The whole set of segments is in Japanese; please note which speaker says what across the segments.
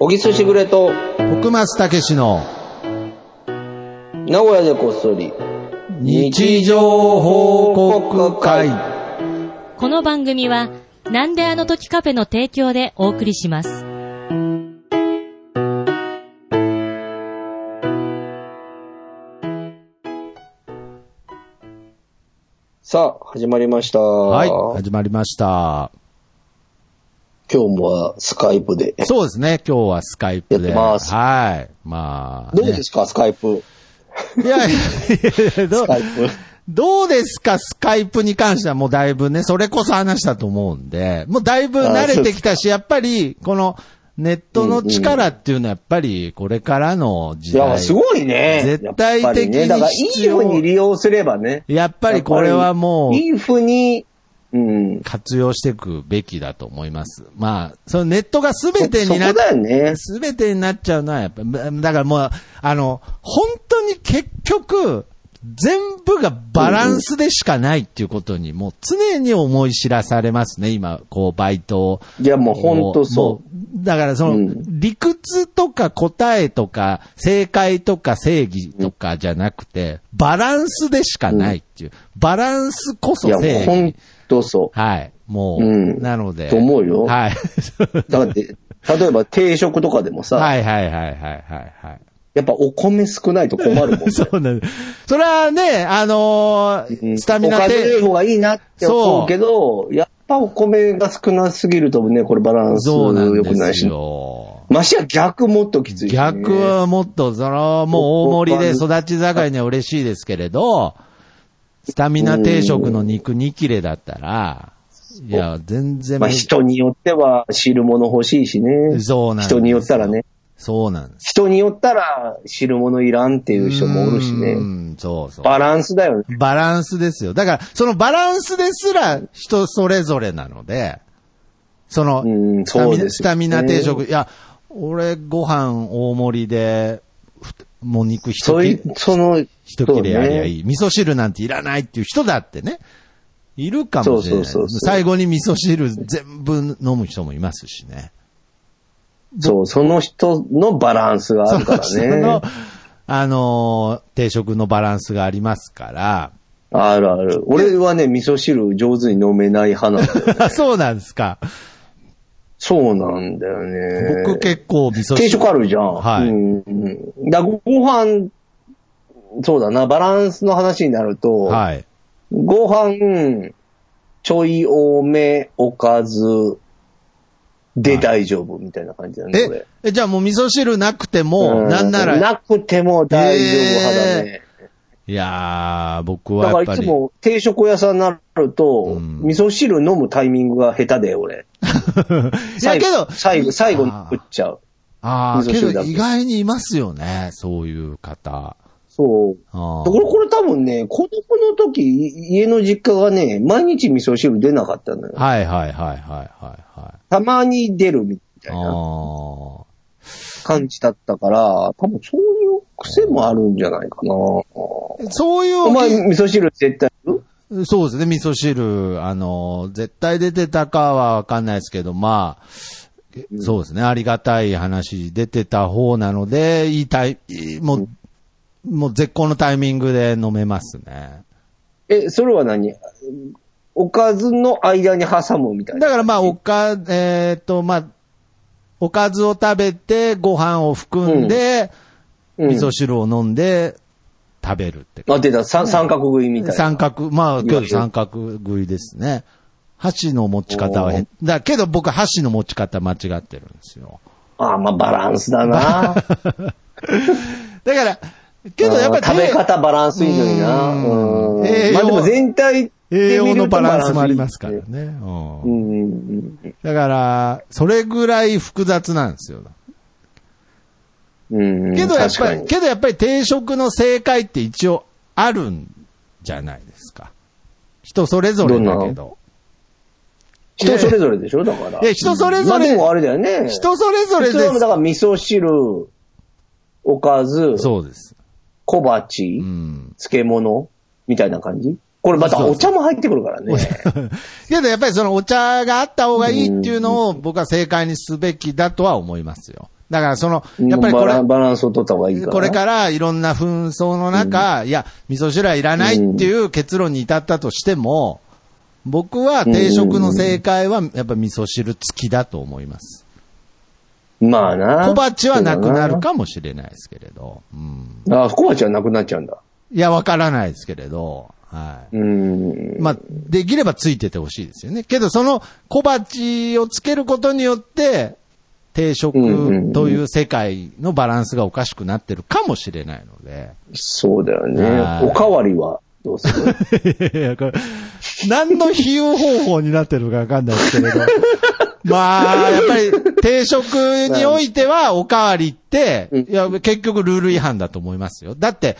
Speaker 1: おぎすしぐれと、
Speaker 2: 徳松たけしの
Speaker 1: 名古屋でこっそり。
Speaker 2: 日常報告会。
Speaker 3: この番組は、なんであの時カフェの提供でお送りします。
Speaker 1: さあ、始まりました。
Speaker 2: はい、
Speaker 1: はい。
Speaker 2: 始まりました。
Speaker 1: 今日もはスカイプで。
Speaker 2: そうですね、今日はスカイプ
Speaker 1: やっ
Speaker 2: で。
Speaker 1: てます
Speaker 2: はい。まあ、
Speaker 1: どうですか、スカイプ。
Speaker 2: ねいやいやど
Speaker 1: ス
Speaker 2: う
Speaker 1: カイ プ。
Speaker 2: どうですか、スカイプに関してはもうだいぶね、それこそ話したと思うんで、もうだいぶ慣れてきたし、やっぱり、この、ネットの力っていうのはやっぱりこれからの時
Speaker 1: い
Speaker 2: 代。
Speaker 1: や、すごいね。
Speaker 2: 絶対
Speaker 1: やっぱり
Speaker 2: 的に
Speaker 1: ね。だから、い
Speaker 2: 必
Speaker 1: い
Speaker 2: 要
Speaker 1: ふうに利用すればね。
Speaker 2: やっぱりこれはもう
Speaker 1: いいふうに、うん。
Speaker 2: 活用していくべきだと思います。まあ、そのネットが全て
Speaker 1: そ
Speaker 2: に
Speaker 1: こ
Speaker 2: なっ
Speaker 1: だよね。
Speaker 2: すべてになっちゃうのは、やっぱ、だからもう、あの、本当に結局、全部がバランスでしかないっていうことに、もう常に思い知らされますね、今、こう、バイトを。。
Speaker 1: いや、もう本当そう
Speaker 2: だからその、
Speaker 1: うん
Speaker 2: 理屈とか答えとか、正解とか正義とかじゃなくて、バランスでしかないっていう。バランスこ
Speaker 1: う。
Speaker 2: そ
Speaker 1: いや、も
Speaker 2: 正
Speaker 1: う
Speaker 2: 義。
Speaker 1: 本当そ
Speaker 2: はい。もう、
Speaker 1: うん
Speaker 2: なので。
Speaker 1: と思うよ
Speaker 2: はい。
Speaker 1: う。だって、例えば定食とかでもさ、
Speaker 2: はいはいはいはいはいはい。
Speaker 1: やっぱお米少ないと困るもんね。
Speaker 2: そうなんです。それはね、あのースタミナ
Speaker 1: おかず多い
Speaker 2: で、
Speaker 1: 方がいいなって思うけど、やっぱお米が少なすぎるとね、これバランス
Speaker 2: そうなん
Speaker 1: 良くな
Speaker 2: で
Speaker 1: い
Speaker 2: す
Speaker 1: し。
Speaker 2: よ。
Speaker 1: ましてや逆もっときついしね、
Speaker 2: 逆はもっと、その、もう大盛りで育ち盛りには嬉しいですけれど、スタミナ定食の肉2切れだったら、いや、全然、
Speaker 1: まあ人によっては汁物欲しいしね。
Speaker 2: そうなんですよ
Speaker 1: 人によったらね。
Speaker 2: そうなんです。
Speaker 1: 人によったら汁物いらんっていう人もおるし
Speaker 2: う
Speaker 1: ね。
Speaker 2: ん、そうそう。
Speaker 1: バランスだよね。
Speaker 2: バランスですよ。だから、そのバランスですら人それぞれなので、その
Speaker 1: うん、
Speaker 2: スタミ
Speaker 1: そうですよ
Speaker 2: ナ
Speaker 1: ね
Speaker 2: スタミナ定食、いや、俺ご飯大盛りで、ふもう肉一
Speaker 1: そうい
Speaker 2: 切
Speaker 1: う、その、
Speaker 2: 一切れありゃ
Speaker 1: い。
Speaker 2: いい、味噌汁なんていらないっていう人だってね、いるかもしれない。
Speaker 1: そうそうそうそう
Speaker 2: 最後に味噌汁全部飲む人もいますしね。
Speaker 1: そう、その人のバランスがあるから
Speaker 2: その
Speaker 1: ね。、
Speaker 2: あのー定食のバランスがありますから、
Speaker 1: あるある。俺はね、味噌汁上手に飲めない派なんだよ。
Speaker 2: あそうなんですか。
Speaker 1: そうなんだよね。
Speaker 2: 僕結構味噌汁。
Speaker 1: 定食あるじゃん。
Speaker 2: はい
Speaker 1: うんうん、だご飯、そうだな、バランスの話になると、
Speaker 2: はい。
Speaker 1: ご飯、ちょい多め、おかず、で大丈夫みたいな感じだね、こ
Speaker 2: え
Speaker 1: れ、
Speaker 2: えじゃあもう味噌汁なくても、
Speaker 1: う
Speaker 2: なんなら、
Speaker 1: なくても大丈夫派だね。
Speaker 2: いやー、僕
Speaker 1: だ
Speaker 2: は
Speaker 1: か
Speaker 2: やっ
Speaker 1: ら
Speaker 2: ぱ
Speaker 1: いつ
Speaker 2: り、
Speaker 1: も定食屋さんになると、
Speaker 2: うん
Speaker 1: 味噌汁飲むタイミングが下手で、俺。
Speaker 2: いや
Speaker 1: 最
Speaker 2: けど
Speaker 1: 後、、最後、最後に食っちゃう。
Speaker 2: あー、
Speaker 1: 味噌
Speaker 2: け
Speaker 1: 汁
Speaker 2: ど
Speaker 1: だと
Speaker 2: 意外にいますよね、そういう方。
Speaker 1: そう。
Speaker 2: あ
Speaker 1: ところこれ多分ね、子供の時、い家の実家がね、毎日味噌汁出なかったのよ。
Speaker 2: はいはいはいはいはいはい。
Speaker 1: たまに出るみたい
Speaker 2: あ
Speaker 1: な
Speaker 2: ー
Speaker 1: 感じだったから、多分そういう癖もあるんじゃないかな。お
Speaker 2: そういうお
Speaker 1: 前
Speaker 2: け、
Speaker 1: 味噌汁絶対いる
Speaker 2: そうですね、味噌汁、あの、絶対出てたかはわかんないですけど、まあ、そうですね、ありがたい話出てた方なので、いいタイ、いいもう、もう絶好のタイミングで飲めますね。
Speaker 1: え、それは何おかずの間に挟むみたいな。
Speaker 2: だからまあ、おか、えっ、と、まあ、おかずを食べて、ご飯を含んで、
Speaker 1: うん、
Speaker 2: 味噌汁を飲んで、食べるって。
Speaker 1: あ、出た。三三角食いみたいな。
Speaker 2: 三角、まあ、
Speaker 1: いわ
Speaker 2: 今
Speaker 1: ゆ
Speaker 2: 日
Speaker 1: る
Speaker 2: 三角食いですね。箸の持ち方は変。だけど僕、箸の持ち方間違ってるんですよ。
Speaker 1: あまあバランスだ な。
Speaker 2: だから、けどやっぱり、
Speaker 1: うん食べ方バランスいいのにな。
Speaker 2: うん
Speaker 1: うん
Speaker 2: 栄養
Speaker 1: まあでも全体
Speaker 2: 栄
Speaker 1: で見る
Speaker 2: 養の
Speaker 1: と
Speaker 2: バランスもあ
Speaker 1: いい
Speaker 2: り
Speaker 1: ね
Speaker 2: ますからね。うん
Speaker 1: うんうん
Speaker 2: だから、それぐらい複雑なんですよ。
Speaker 1: うん。うん
Speaker 2: けどやっ
Speaker 1: 確
Speaker 2: ぱ
Speaker 1: か
Speaker 2: り、
Speaker 1: に
Speaker 2: けどやっぱり定食の正解って一応あるんじゃないですか。人それぞれだけ
Speaker 1: ど
Speaker 2: ど。
Speaker 1: 人それぞれでしょだから。
Speaker 2: いや人それぞれ
Speaker 1: まあでもあれだよね。
Speaker 2: 人それぞれ
Speaker 1: 人
Speaker 2: で
Speaker 1: はだ
Speaker 2: す。
Speaker 1: から味噌汁、おかず、
Speaker 2: そうです。
Speaker 1: 小鉢
Speaker 2: う、ん。
Speaker 1: 漬物、みたいな感じこれまた
Speaker 2: そう
Speaker 1: お
Speaker 2: そ
Speaker 1: 茶も入ってくるからね。
Speaker 2: けどやっぱりそのお茶があった方がいいっていうのを僕は正解にすべきだとは思いますよ。だからその、 やっぱり
Speaker 1: バ
Speaker 2: こ
Speaker 1: ラ
Speaker 2: れ
Speaker 1: ン、バランスを取った方がいいから。
Speaker 2: これからいろんな紛争の中、いや、味噌汁はいらないっていう結論に至ったとしても、僕は定食の正解はやっぱ味噌汁付きだと思います。
Speaker 1: まあな。
Speaker 2: 小鉢はなくなるかもしれないですけれど。うん、
Speaker 1: そうだな。あ、小鉢はなくなっちゃうんだ。
Speaker 2: いや、わからないですけれど。はい。
Speaker 1: うん。
Speaker 2: まあ、できればついててほしいですよね。けど、その小鉢をつけることによって、定食という世界のバランスがおかしくなってるかもしれないので。
Speaker 1: そうだよ
Speaker 2: はい
Speaker 1: ね。おかわりはどうす る
Speaker 2: いや、これ、何の比喩方法になってるかわかんないですけ れど。まあ、やっぱり定食においてはおかわりって、いや、結局ルール違反だと思いますよ。だって、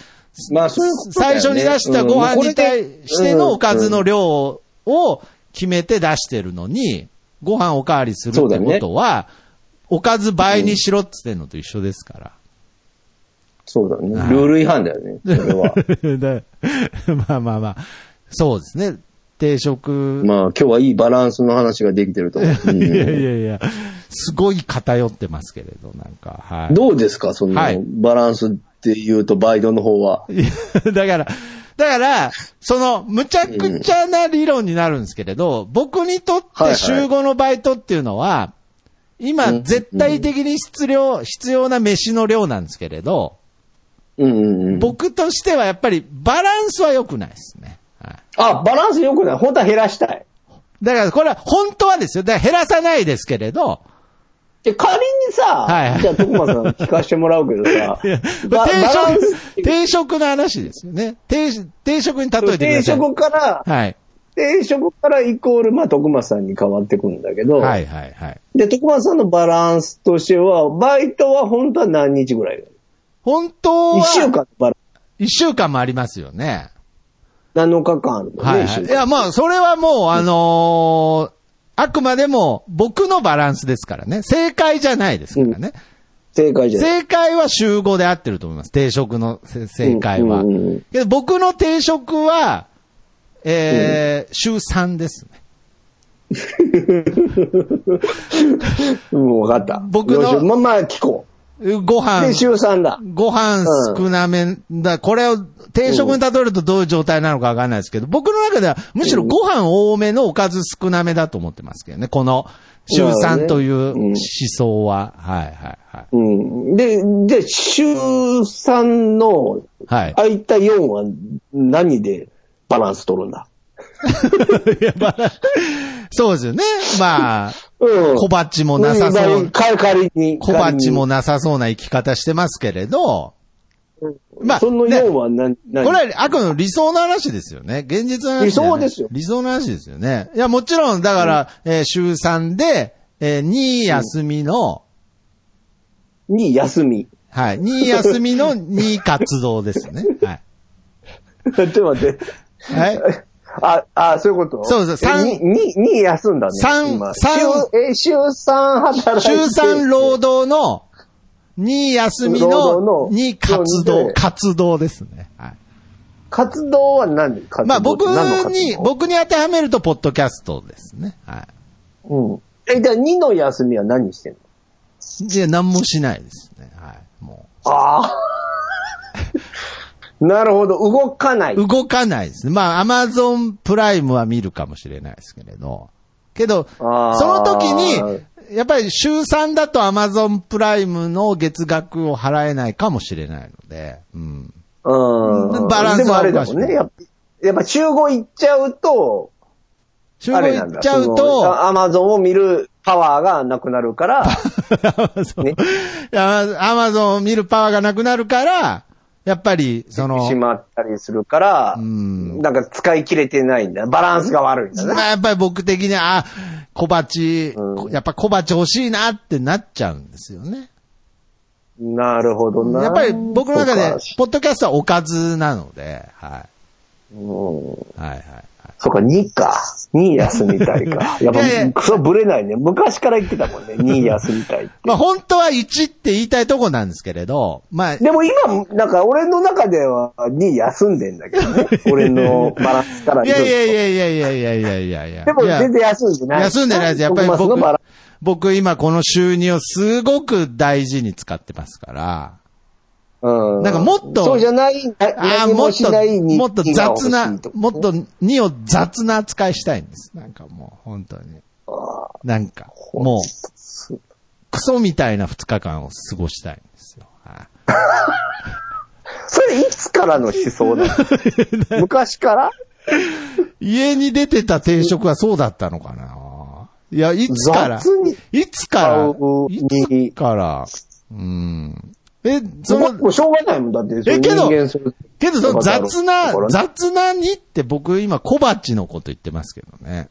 Speaker 1: まあそういうことだよ
Speaker 2: 最
Speaker 1: ね
Speaker 2: 初に出したご飯に対してのおかず
Speaker 1: う
Speaker 2: の
Speaker 1: ん
Speaker 2: 量を決めて出してるのに、ご飯おかわりするってことは、おかず倍にしろって言ってんのと一緒ですから。
Speaker 1: そうだね
Speaker 2: はい。
Speaker 1: ルール違反だよね。それ は。
Speaker 2: でまあまあまあ、そうですね。定食
Speaker 1: まあ今日はいいバランスの話ができてると思う。う
Speaker 2: いやい
Speaker 1: ん
Speaker 2: やいや、すごい偏ってますけれど、なんか、はい。
Speaker 1: どうですかその
Speaker 2: はい
Speaker 1: バランスって言うとバイトの方は。
Speaker 2: いや だから、だから、その、むちゃくちゃな理論になるんですけれど、僕にとっ
Speaker 1: はいは
Speaker 2: て
Speaker 1: い
Speaker 2: 週5のバイトっていうのは、今、
Speaker 1: うん
Speaker 2: 絶対的に必要、必要な飯の量なんですけれど、
Speaker 1: うんうんうん。
Speaker 2: 僕としてはやっぱりバランスは良くないですね。はい。
Speaker 1: あ、バランス良くない。本当は減らしたい。
Speaker 2: だから、これは本当はですよ。だから減らさないですけれど、
Speaker 1: で仮にさ、
Speaker 2: はいはい
Speaker 1: じゃあ、徳間さん聞かせてもらうけどさ
Speaker 2: いや、
Speaker 1: ババ
Speaker 2: 定
Speaker 1: ランス
Speaker 2: 食、定食の話ですよね。定食定食に例えてくだ
Speaker 1: 定
Speaker 2: さい。
Speaker 1: 食から、
Speaker 2: はい。
Speaker 1: 定食からイコール、まあ、徳間さんに変わってくんだけど、
Speaker 2: はいはいはい。
Speaker 1: で、徳間さんのバランスとしては、バイトは本当は何日ぐらい
Speaker 2: 本当は、
Speaker 1: 一週間のバラン
Speaker 2: 一週間もありますよね。
Speaker 1: ス。7日間あるもんね、
Speaker 2: はい、
Speaker 1: 一週
Speaker 2: はい。い
Speaker 1: 間
Speaker 2: や、まあ、それはもう、あのーあくまでも僕のバランスですからね。正解じゃないですからね。
Speaker 1: 正解じゃない。
Speaker 2: 正解は集合で合ってると思います。定食のせ正解は。
Speaker 1: うんうんうん
Speaker 2: けど僕の定食は、えー、週3ですね。
Speaker 1: うん、わかった。
Speaker 2: 僕の
Speaker 1: よしまあ、まあ、聞こ
Speaker 2: ご
Speaker 1: う。
Speaker 2: 飯
Speaker 1: で、、週3だ。
Speaker 2: ご飯少なめ、だこれを定食に例えるとどういう状態なのかわかんないですけど、僕の中ではむしろご飯多めのおかず少なめだと思ってますけどね、この週3という思想は。はいはいはい。
Speaker 1: うん。で、で、週3の
Speaker 2: はい。
Speaker 1: 空いた4は何でバランス取るんだ
Speaker 2: そうですよね。まあ、
Speaker 1: うん。
Speaker 2: 小鉢もなさそ
Speaker 1: ん
Speaker 2: う、
Speaker 1: か仮に。
Speaker 2: 小鉢もなさそうな生き方してますけれど、まあ
Speaker 1: その
Speaker 2: ね
Speaker 1: 4は何、何
Speaker 2: これは悪の理想の話ですよね。現実の話じゃない。
Speaker 1: 理想ですよ
Speaker 2: 理想の話ですよね。いや、もちろん、だから、えー週3で、え2休みの、
Speaker 1: に休み。
Speaker 2: はい。2休みの2活動ですね。はい。
Speaker 1: ちょっと待って。
Speaker 2: はい。
Speaker 1: あ、あ、そういうこと
Speaker 2: そうそう三
Speaker 1: に、に、に休んだね。
Speaker 2: 三
Speaker 1: 今
Speaker 2: 三
Speaker 1: 週、え、週3働いて。
Speaker 2: 週3労働の2休みの
Speaker 1: 労働の
Speaker 2: 2活動、
Speaker 1: で
Speaker 2: 活動ですね。はい。
Speaker 1: 活動は何活動
Speaker 2: まあ僕
Speaker 1: 何の活
Speaker 2: に、
Speaker 1: 動
Speaker 2: 僕に当てはめると、ポッドキャストですね。はい。
Speaker 1: うん。え、じゃあ2の休みは何してんの
Speaker 2: じゃ何もしないですね。はい。も、。
Speaker 1: ああ。 なるほど。動かないう
Speaker 2: 動かないですね。まあ、アマゾンプライムは見るかもしれないですけれど。けど、そ
Speaker 1: あー
Speaker 2: の時に、やっぱり週3だとアマゾンプライムの月額を払えないかもしれないので、うん。
Speaker 1: うん。
Speaker 2: バランスは
Speaker 1: でもあれだもんね。やっぱやっぱ週5行っちゃうと、
Speaker 2: 週
Speaker 1: あ
Speaker 2: 5
Speaker 1: れなん
Speaker 2: 行っ
Speaker 1: だ。
Speaker 2: ちゃうと、
Speaker 1: アマゾンを見るパワーがなくなる から、ね
Speaker 2: アマゾンを見るパワーがなくなるから、やっぱり、その
Speaker 1: し、まったりするから、
Speaker 2: ん
Speaker 1: なんか使い切れてないんだ。バランスが悪いんだね。
Speaker 2: まあ、やっぱり僕的には、あ、小鉢、
Speaker 1: うん
Speaker 2: やっぱ小鉢欲しいなってなっちゃうんですよね。
Speaker 1: なるほどな。
Speaker 2: やっぱり僕の中
Speaker 1: そ
Speaker 2: で
Speaker 1: うか、
Speaker 2: ポッドキャストはおかずなので、は
Speaker 1: うん
Speaker 2: い。はいはいはい。
Speaker 1: そっか、2か。2休みたいか。やっぱ、
Speaker 2: いやいや
Speaker 1: それはブレないね。昔から言ってたもん ね。2休みたいって。
Speaker 2: まあ本当は1って言いたいとこなんですけれど、まあ、
Speaker 1: でも今、なんか俺の中では2休んでんだけど ね。俺のバランスから
Speaker 2: い
Speaker 1: 言う
Speaker 2: や
Speaker 1: と
Speaker 2: いやいやいやいやいやいやいやいや。
Speaker 1: でも
Speaker 2: いや
Speaker 1: 全然休んでない。
Speaker 2: 休んでないです。やっぱり
Speaker 1: 僕
Speaker 2: 僕
Speaker 1: のバラン、
Speaker 2: 僕今この収入をすごく大事に使ってますから、
Speaker 1: うん。
Speaker 2: なんかもっと
Speaker 1: そうじゃない、な
Speaker 2: ああ、
Speaker 1: 何
Speaker 2: もっ
Speaker 1: もし
Speaker 2: と、
Speaker 1: ない日記が
Speaker 2: もっと雑
Speaker 1: 欲し、
Speaker 2: ないもっと2を雑な扱いしたいんです。なんかもう、本当に。なんか、もう、クソみたいな2日間を過ごしたいんですよ。はい
Speaker 1: それいつからの思想な の昔から
Speaker 2: 家に出てた定食はそうだったのかないや、いつから
Speaker 1: 雑に
Speaker 2: いつから
Speaker 1: 顔に
Speaker 2: いつからうん。え、そ
Speaker 1: もう
Speaker 2: の、
Speaker 1: もうしょうがないもんだって。
Speaker 2: えけど
Speaker 1: 人間それ
Speaker 2: けどその雑な
Speaker 1: だから、
Speaker 2: 雑なにって僕今小鉢のこと言ってますけどね。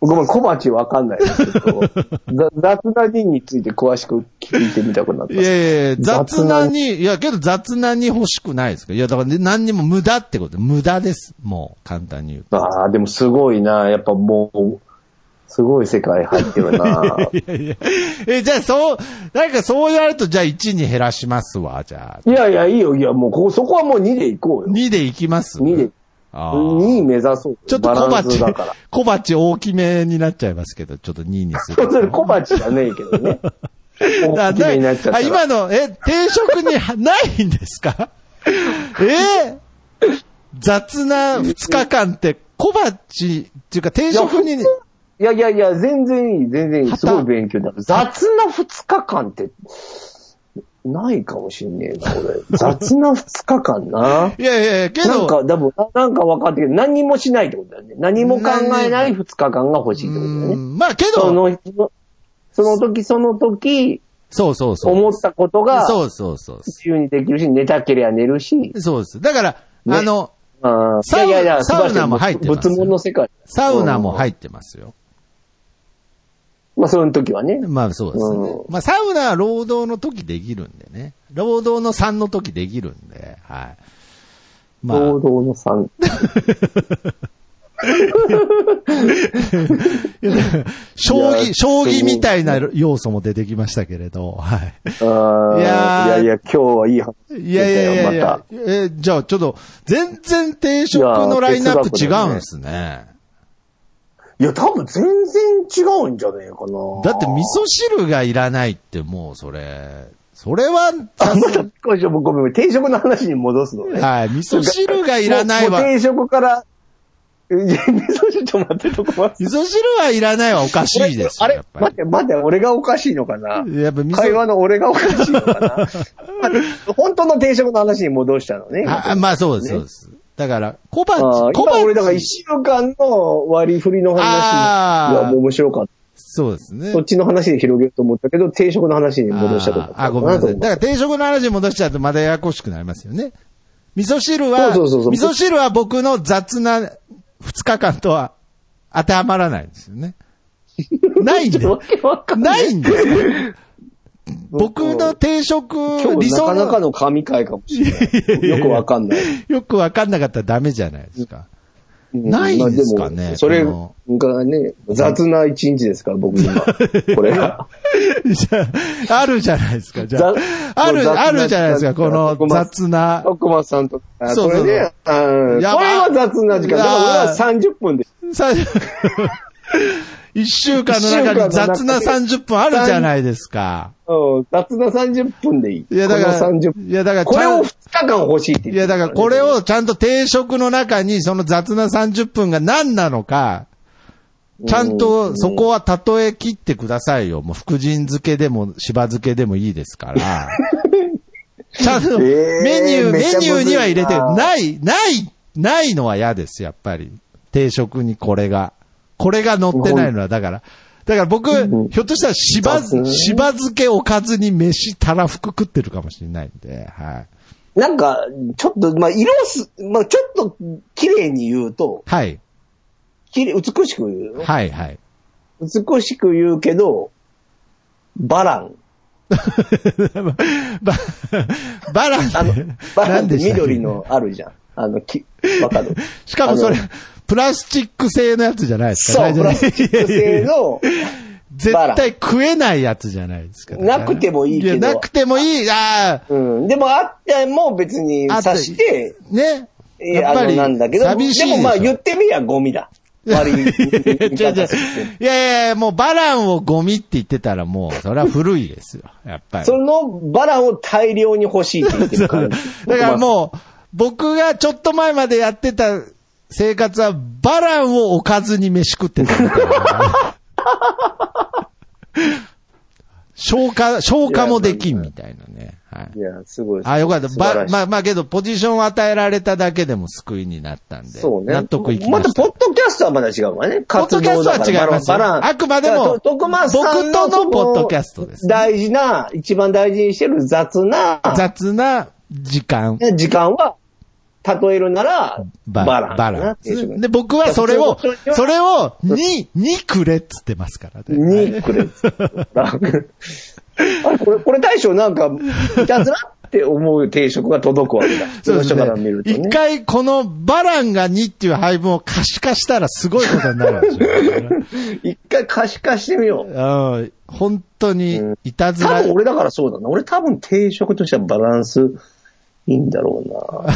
Speaker 1: ごめん、小鉢わかんないですけど、ざ雑 な人について詳しく聞いてみたくなった。
Speaker 2: いやいやいや雑
Speaker 1: 雑
Speaker 2: な
Speaker 1: な
Speaker 2: に、いや、けど雑なに欲しくないですかいや、だからね何にも無駄ってこと。無駄です。もう、簡単に言うと。
Speaker 1: ああ、でもすごいな。やっぱもう、すごい世界入ってるな。
Speaker 2: え、じゃあそう、なんかそうやると、じゃあ1に減らしますわ、じゃあ。
Speaker 1: いやいや、いいよ。いや、もうここ、そこはもう2で行こうよ。
Speaker 2: 2でいきます
Speaker 1: 2で。
Speaker 2: あー
Speaker 1: 2目指そうよ。
Speaker 2: ちょっと
Speaker 1: バ
Speaker 2: 小
Speaker 1: ランス
Speaker 2: 鉢
Speaker 1: だから。、
Speaker 2: 小鉢大きめになっちゃいますけど、ちょっと2にす
Speaker 1: そ
Speaker 2: る。
Speaker 1: れ小鉢じゃねえけど ね。
Speaker 2: だ
Speaker 1: 大きめになっちゃった
Speaker 2: あ
Speaker 1: ら。
Speaker 2: 今の、え、定食にはないんですかえー雑な2日間って、小鉢っていうか定食に、
Speaker 1: いやいやいや、全然いい、全然いい。
Speaker 2: 旗
Speaker 1: すごい勉強になる。雑な二日間って、ないかもしんねえな、 俺。雑な二日間な。
Speaker 2: いやいやいや、け
Speaker 1: なん
Speaker 2: ど、
Speaker 1: か、多分、なんか分かってるけど、何もしないってことだよね。何も考えない二日間が欲しいってこ
Speaker 2: う
Speaker 1: とだよね。
Speaker 2: んまあけ
Speaker 1: そ
Speaker 2: ど、
Speaker 1: の日の、その時その時、
Speaker 2: そうそうそう。
Speaker 1: 思ったことが、
Speaker 2: そうそうそう。
Speaker 1: 自由にできるし、寝たけりゃ寝るし、
Speaker 2: そうです。だから、
Speaker 1: ね
Speaker 2: あの、
Speaker 1: あ
Speaker 2: サウ
Speaker 1: いやいやいや
Speaker 2: サウナも入ってます
Speaker 1: 仏門の世界。
Speaker 2: サウナも入ってますよ。
Speaker 1: まあ、その時はね。
Speaker 2: まあそうですね。
Speaker 1: う
Speaker 2: まあサウナは労働の時できるんでね。労働の3の時できるんで、はい。まあ、
Speaker 1: 労働の三。
Speaker 2: 将
Speaker 1: い
Speaker 2: 棋、
Speaker 1: や
Speaker 2: 将棋みたいな要素も出てきましたけれど、はい。
Speaker 1: あー
Speaker 2: い
Speaker 1: い
Speaker 2: やー
Speaker 1: やいや、今日はいい話してたよ。
Speaker 2: いやいやいやいや
Speaker 1: ま、
Speaker 2: えーじゃあちょっと、全然定食のラインナップ違うんですね。
Speaker 1: た。いや、多分全然違うんじゃねえかな。
Speaker 2: だって味噌汁がいらないってもうそれ、それ は、
Speaker 1: あ、また、ごめんごめん、定食の話に戻すのね。
Speaker 2: はい、味噌汁がいらない
Speaker 1: もうも
Speaker 2: は、
Speaker 1: う定食から、いや味噌 汁ちょっと待って、とこ
Speaker 2: 味噌汁はいらないはおかしいですよ。
Speaker 1: あれ
Speaker 2: やっぱり
Speaker 1: 待って、待って、俺がおかしいのかな
Speaker 2: やっぱ味噌
Speaker 1: 会話の俺がおかしいのかなあ本当の定食の話に戻したのね。
Speaker 2: あまあそうです、そうです。だから、小
Speaker 1: あ
Speaker 2: 鉢、
Speaker 1: ー
Speaker 2: 小
Speaker 1: 今俺だから1
Speaker 2: 鉢、
Speaker 1: 週間の割り振りの
Speaker 2: あ
Speaker 1: 話
Speaker 2: ー
Speaker 1: が面白かった。
Speaker 2: そうですね。
Speaker 1: そっちの話で広げようと思ったけど、定食の話に戻したくなった
Speaker 2: あーあ、ごめんなさい。だから定食の話に戻しちゃうとまだややこしくなりますよね。味噌汁は、
Speaker 1: そうそうそう
Speaker 2: 味噌汁は僕の雑な二日間とは当てはまらないんですよね。ないんで
Speaker 1: ちょっとわけわかん。
Speaker 2: ないいんですよ。僕の定食、
Speaker 1: 今
Speaker 2: 理
Speaker 1: 日な
Speaker 2: 想
Speaker 1: かなか
Speaker 2: の、
Speaker 1: の神回かもしれない。よくわかんない。
Speaker 2: よくわかんなかったらダメじゃないですか。
Speaker 1: うん
Speaker 2: ないんです
Speaker 1: まあ
Speaker 2: かね
Speaker 1: でもそれ
Speaker 2: こ
Speaker 1: がね、雑な一日ですから、僕 今。これが。
Speaker 2: じゃあ、あるじゃないですか。じゃあ
Speaker 1: ざ、
Speaker 2: あ
Speaker 1: もう
Speaker 2: る、
Speaker 1: 雑な
Speaker 2: あるじゃないですか。この雑な。
Speaker 1: 奥松さんと。あ
Speaker 2: そうそうそう
Speaker 1: これね、あーこれ
Speaker 2: やば
Speaker 1: は雑な時間。
Speaker 2: い
Speaker 1: だから俺
Speaker 2: やー
Speaker 1: は30分で。
Speaker 2: さ、 一週間の中に雑な30分あるじゃないですか。
Speaker 1: うん雑な30分でいい。
Speaker 2: いや、だから、
Speaker 1: この30分。
Speaker 2: いや、だから、
Speaker 1: これを2
Speaker 2: ち
Speaker 1: 日間欲しいって
Speaker 2: ゃん
Speaker 1: 言って
Speaker 2: いや、だから、これ。をちゃんと定食の中に、その雑な30分が何なのか、ちゃんとそこは例え切ってくださいよ。もう、福神漬けでも、しば漬けでもいいで すから。ちゃんと、
Speaker 1: えー
Speaker 2: メニュー、
Speaker 1: めっ
Speaker 2: メ
Speaker 1: ちゃむずいな
Speaker 2: ニューには入れて、ない、ない、ないのは嫌です、やっぱり。定食にこれが。これが乗ってないのは、だから。だから僕、
Speaker 1: うん
Speaker 2: ひょっとしたら、しば
Speaker 1: そうですね
Speaker 2: しば漬けおかずに飯たらふく食ってるかもしれないんで、はい。
Speaker 1: なんか、ちょっと、まあ、色す、まあ、ちょっと、綺麗に言うと、
Speaker 2: はい。
Speaker 1: 綺麗、美しく言うよ
Speaker 2: はい、はい。
Speaker 1: 美しく言うけど、バラン。
Speaker 2: ば、バラン
Speaker 1: あの、バランって
Speaker 2: したっけ
Speaker 1: 緑のあるじゃん。あの、き、わ かる。
Speaker 2: しかもそれ
Speaker 1: あの、
Speaker 2: プラスチック製のやつじゃないですか。
Speaker 1: そう、プラスチック製の、
Speaker 2: 絶
Speaker 1: バラン
Speaker 2: 対食えないやつじゃないですか。
Speaker 1: なくてもいいけど
Speaker 2: やなくてもいい。あ
Speaker 1: うん。でもあっても別に
Speaker 2: あ。
Speaker 1: 刺して、
Speaker 2: ね。
Speaker 1: えあの、なんだけど、
Speaker 2: 寂しいでしょ。
Speaker 1: もまあ言ってみりゃゴミだ。割り
Speaker 2: 違う
Speaker 1: 見
Speaker 2: 違う
Speaker 1: 方してて。
Speaker 2: いやいや、もうバランをゴミって言ってたらもう、それは古いですよ。やっぱり。
Speaker 1: そのバラを大量に欲しいって言ってる感 じ。
Speaker 2: だからもう、僕がちょっと前までやってた生活は、バランをおかずに飯食ってたみたいな。 消化、消化もできんみたいなね。はい
Speaker 1: い。や、すごい。
Speaker 2: あ、よかった。
Speaker 1: 素晴
Speaker 2: ば
Speaker 1: ら、しい
Speaker 2: まあまあけど、ポジションを与えられただけでも救いになったんで。
Speaker 1: そうね。
Speaker 2: 納得いき
Speaker 1: ま
Speaker 2: ま
Speaker 1: た、
Speaker 2: し
Speaker 1: ポ
Speaker 2: た。
Speaker 1: ッドキャストはまだ違うわね。
Speaker 2: ポッドキャストは違いますよ
Speaker 1: 活動だからバラン
Speaker 2: あくまでも
Speaker 1: だからと徳間さん
Speaker 2: 僕とのポッドキャストですね
Speaker 1: 大事な、一番大事にしてる雑な、
Speaker 2: 雑な時間。
Speaker 1: 時間は、例えるなら、
Speaker 2: バ
Speaker 1: バ
Speaker 2: ラ
Speaker 1: ラ
Speaker 2: ン。
Speaker 1: ン。
Speaker 2: バラ
Speaker 1: っていう
Speaker 2: ン。で、僕はそれを
Speaker 1: 普通の人に、は
Speaker 2: それを、に、にくれっつってますからね。
Speaker 1: にくれる。あれ、これ、これ大将なんか、いたずらって思う定食が届くわけだ。その人から見ると
Speaker 2: 一
Speaker 1: ね。
Speaker 2: 回このバランが2っていう配分を可視化したらすごいことになるんです
Speaker 1: 一回可視化してみよう。
Speaker 2: よ。うん本当に、いたず
Speaker 1: 多
Speaker 2: ら。
Speaker 1: 分俺だからそうだな。俺多分定食としてはバランスいいんだろうな。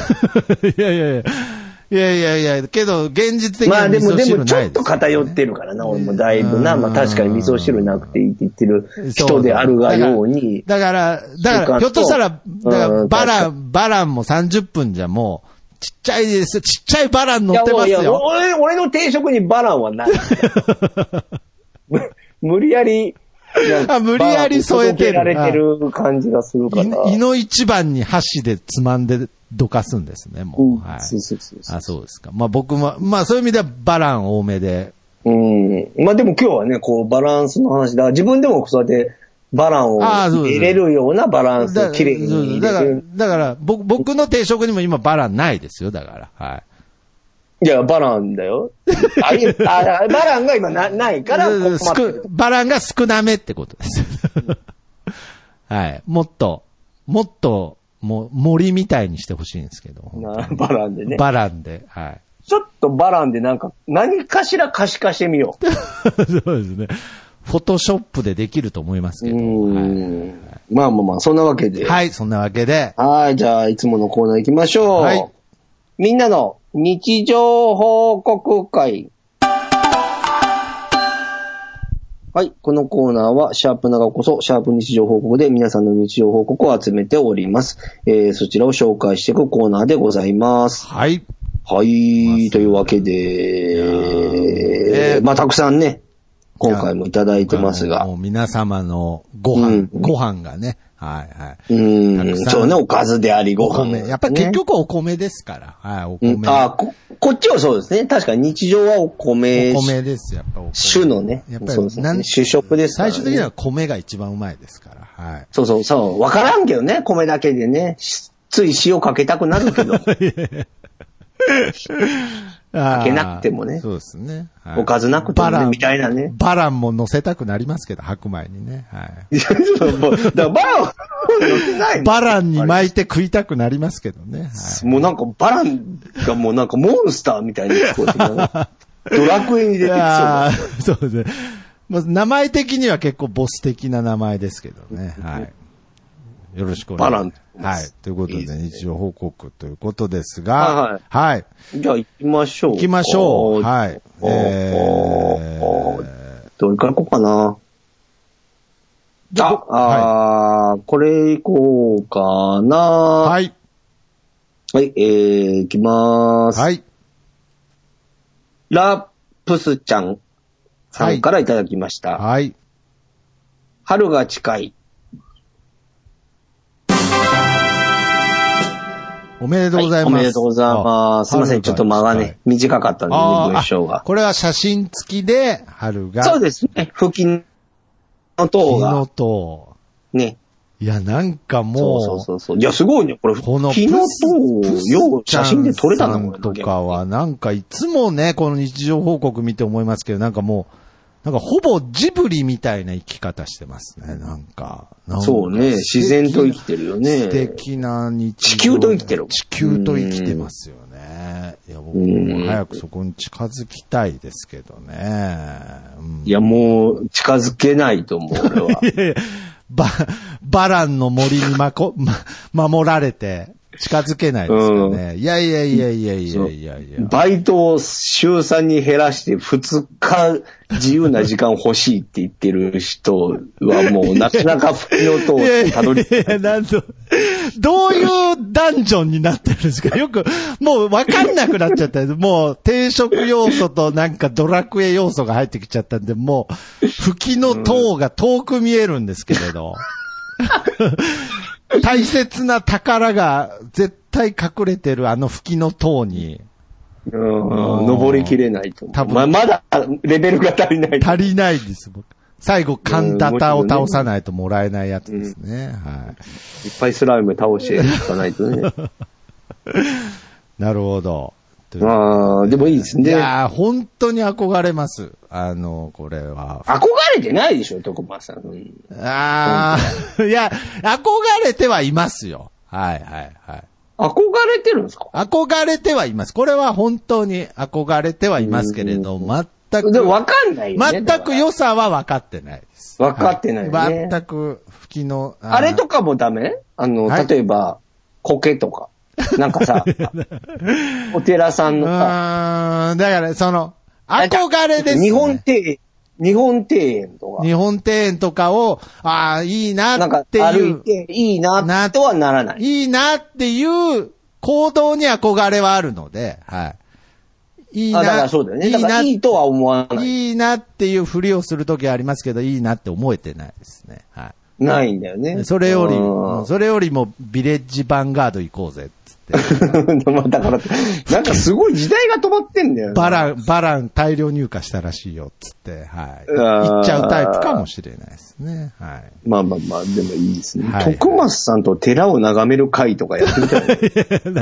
Speaker 2: いやいやいや。いやいやいや、けど、現実的に
Speaker 1: ま
Speaker 2: は
Speaker 1: あ
Speaker 2: 味
Speaker 1: でも、
Speaker 2: 噌汁ない
Speaker 1: です
Speaker 2: よね
Speaker 1: もちょっと偏ってるからな、俺もだいぶな。
Speaker 2: うん
Speaker 1: まあ確かに味噌汁なくていいって言ってる
Speaker 2: そ
Speaker 1: 人
Speaker 2: う
Speaker 1: であるがように。
Speaker 2: だから、だか
Speaker 1: 習慣と
Speaker 2: ら、ひょっとしたら、だか
Speaker 1: う
Speaker 2: ら
Speaker 1: ん
Speaker 2: バラン、バランも30分じゃもう、ちっちゃいですよ。ちっちゃいバラン乗
Speaker 1: いや
Speaker 2: ってます
Speaker 1: いや
Speaker 2: よ。
Speaker 1: 俺俺の定食にバランは ない。無理やり、なんか
Speaker 2: あ無理やり添えてる
Speaker 1: バランを届けられてる感じがするから。
Speaker 2: い胃の一番に箸でつまんでどかすんですね、もう。
Speaker 1: うん
Speaker 2: はい。
Speaker 1: そうそうそうそう
Speaker 2: あ、そうですか。まあ僕も、まあそういう意味ではバラン多めで。
Speaker 1: うん。まあでも今日はね、こうバランスの話だ。自分でもそうやってバランを
Speaker 2: あーそうです
Speaker 1: 入れるようなバランス
Speaker 2: だ
Speaker 1: を綺麗に
Speaker 2: そう
Speaker 1: 入
Speaker 2: だ
Speaker 1: れ
Speaker 2: か
Speaker 1: て
Speaker 2: ら
Speaker 1: る、。
Speaker 2: だから僕、僕の定食にも今バランないですよ、だから。はい。
Speaker 1: いや、バランだよ。あいあバランが今なないから
Speaker 2: う
Speaker 1: 困
Speaker 2: ん
Speaker 1: ってる
Speaker 2: 少バランが少なめってことです。 はい。もっと、もっと、もう森みたいにしてほしいんですけど。
Speaker 1: なバランでね。
Speaker 2: バランで、はい。
Speaker 1: ちょっとバランでなんか、何かしら可視化してみよう。
Speaker 2: そうですね。フォトショップでできると思いますけど。はい、
Speaker 1: ん。まあまあまあ、そんなわけで。
Speaker 2: はい、そんなわけで。
Speaker 1: はい、じゃあ、いつものコーナー行きましょう。
Speaker 2: はい
Speaker 1: みんなの日常報告会。はい。このコーナーは、シャープ長こそ、シャープ日常報告で皆さんの日常報告を集めております。えー、そちらを紹介していくコーナーでございます。
Speaker 2: はい。
Speaker 1: はい。というわけ
Speaker 2: いやー
Speaker 1: で、
Speaker 2: ね
Speaker 1: まあ、たくさんね、今回もいただいてますが
Speaker 2: も。う皆様のご飯、
Speaker 1: うん
Speaker 2: ご飯がね。はいはい。
Speaker 1: う
Speaker 2: た
Speaker 1: ん
Speaker 2: く。さん
Speaker 1: そうね、おかずであり、ご
Speaker 2: お
Speaker 1: 飯、
Speaker 2: 米。やっぱり
Speaker 1: ね
Speaker 2: 結局お米ですから。はい、お
Speaker 1: うん
Speaker 2: 米。
Speaker 1: あこ、こっちはそうですね。確かに日常はお米、
Speaker 2: お米です、やっぱお米。
Speaker 1: 主のね
Speaker 2: やっ。ぱ
Speaker 1: そう
Speaker 2: り
Speaker 1: です
Speaker 2: なん
Speaker 1: ね。主食ですから、
Speaker 2: 最
Speaker 1: ね。
Speaker 2: 終的には。米が一番うまいですから。はい。
Speaker 1: そうそうそう。わからんけどね、米だけでね。しつい塩かけたくなるけど、
Speaker 2: か
Speaker 1: けなくてもね
Speaker 2: そうですね。はい
Speaker 1: おかずなくても
Speaker 2: バラ
Speaker 1: ね、
Speaker 2: ン
Speaker 1: みたいなね。
Speaker 2: バランも乗せたくなりますけど、白米にね。はい。
Speaker 1: いやそうもうだからバランは乗ってないの
Speaker 2: バランに巻いて食いたくなりますけどね。はい。
Speaker 1: もうなんかバランがもうなんかモンスターみたいに聞こえてきた なドラクエに出てきそう
Speaker 2: や
Speaker 1: な。
Speaker 2: ー そうですね。まあ、名前的には結構ボス的な名前ですけどね。はい。よろしくお願いし
Speaker 1: バラ
Speaker 2: ま
Speaker 1: ン
Speaker 2: す。はい。ということ
Speaker 1: いいで
Speaker 2: で、
Speaker 1: すね
Speaker 2: 日常報告ということですが、はい。
Speaker 1: じゃあ行きましょう。
Speaker 2: 行きましょう。
Speaker 1: おー
Speaker 2: はい。
Speaker 1: おーおーおーどれから行こうかな。
Speaker 2: じゃあ
Speaker 1: あ、あーこれ行こうかな。は。
Speaker 2: はいい。
Speaker 1: えー、行きまーす。
Speaker 2: はい。
Speaker 1: ラプスちゃんさんからいただきました。
Speaker 2: はい。
Speaker 1: 春が近い。
Speaker 2: おめでとうござ
Speaker 1: は
Speaker 2: います。
Speaker 1: おめでとうございます。すいません、ちょっと間がね、短かったんで、
Speaker 2: あー
Speaker 1: 文章が。
Speaker 2: これは写真付きで、春が。
Speaker 1: そうですね、付近の塔
Speaker 2: 昨
Speaker 1: が
Speaker 2: 日、と。
Speaker 1: ね。
Speaker 2: いや、なんかも、
Speaker 1: そううそうそうそう。いや、すごいね、これ、
Speaker 2: この
Speaker 1: 昨日
Speaker 2: プス
Speaker 1: と、よう写真で撮れたな、
Speaker 2: プ
Speaker 1: こ
Speaker 2: ス
Speaker 1: れ。
Speaker 2: ちゃんとかは、なんかいつもね、この日常報告見て思いますけど、なんかもう、なんかほぼジブリみたいな生き方してますね、なんか。なんか
Speaker 1: そうね、自然と生きてるよね。
Speaker 2: 素敵な
Speaker 1: 地
Speaker 2: 日常
Speaker 1: 球と生きてる
Speaker 2: 地球と生きてますよね。いや、僕
Speaker 1: うん
Speaker 2: も早くそこに近づきたいですけどね。うん
Speaker 1: いや、もう、近づけないと思う、俺は。
Speaker 2: バ、バランの森にまこ、ま、守られて、近づけないですよね。いやいやいやいやいやいやいや。
Speaker 1: バイトを週3に減らして2日自由な時間欲しいって言ってる人はもうなかなか不良と
Speaker 2: い やい
Speaker 1: たどり着
Speaker 2: やいや、なんと、どういうダンジョンになってるんですかよく、もうわかんなくなっちゃったんです。もう定食要素となんかドラクエ要素が入ってきちゃったんで、もう、吹きの塔が遠く見えるんですけれど。 大切な宝が絶対隠れてるあの吹きの塔に
Speaker 1: うん、登りきれないと思う。
Speaker 2: 多分
Speaker 1: まあ、まだレベルが足りない。
Speaker 2: 足りないです。僕最後、カンダタを倒さないともらえないやつですね。は
Speaker 1: い
Speaker 2: い。
Speaker 1: っぱいスライム倒していかないと ね。
Speaker 2: なるほど。という
Speaker 1: まあ、でもいいです
Speaker 2: い
Speaker 1: ね。
Speaker 2: やー、本当に憧れます。あの、これは。
Speaker 1: 憧れてないでしょ、徳間さん。うん
Speaker 2: ああ、いや、憧れてはいますよ。はいはいはい。
Speaker 1: 憧れてるんですか
Speaker 2: 憧れてはいます。これは本当に憧れてはいますけれど、全
Speaker 1: でも
Speaker 2: く、
Speaker 1: わかんないよね。だか
Speaker 2: 全く
Speaker 1: ら
Speaker 2: 良さは分かってないです。
Speaker 1: 分かってないよね
Speaker 2: は全く、吹きの、
Speaker 1: あれと
Speaker 2: か。
Speaker 1: かもダメあの、
Speaker 2: はい
Speaker 1: 例えば、苔とか。なんか さ、お寺さん
Speaker 2: う
Speaker 1: のさ、
Speaker 2: ーん、だから、その、憧れです、ね。
Speaker 1: 日本庭園、日本庭園とか、
Speaker 2: 日本庭園とかを、ああ、いい
Speaker 1: なん
Speaker 2: なっ
Speaker 1: か
Speaker 2: ていう。
Speaker 1: 歩いていいなとはならない。
Speaker 2: いいなっていう行動に憧れはあるので、はい。いい
Speaker 1: あ、だか
Speaker 2: な、
Speaker 1: らそうだよね。
Speaker 2: い
Speaker 1: だ
Speaker 2: い
Speaker 1: から
Speaker 2: な、
Speaker 1: いいとは思わない。
Speaker 2: いいなっていうふりをするときありますけど、いいなって思えてないですね。は
Speaker 1: ないんだよね。
Speaker 2: い。それより、
Speaker 1: うん
Speaker 2: それよりもビレッジヴァンガード行こうぜっつっ て。
Speaker 1: まあだから、なんかすごい時代が止まってんだよね。
Speaker 2: バラン、バラン大量入荷したらしいよっつって、はい。
Speaker 1: うわー
Speaker 2: 行っちゃうタイプかもしれないですね。はい。
Speaker 1: まあまあまあ、でもいいですね。
Speaker 2: はい
Speaker 1: 徳松さんと寺を眺める会とかやってみたい。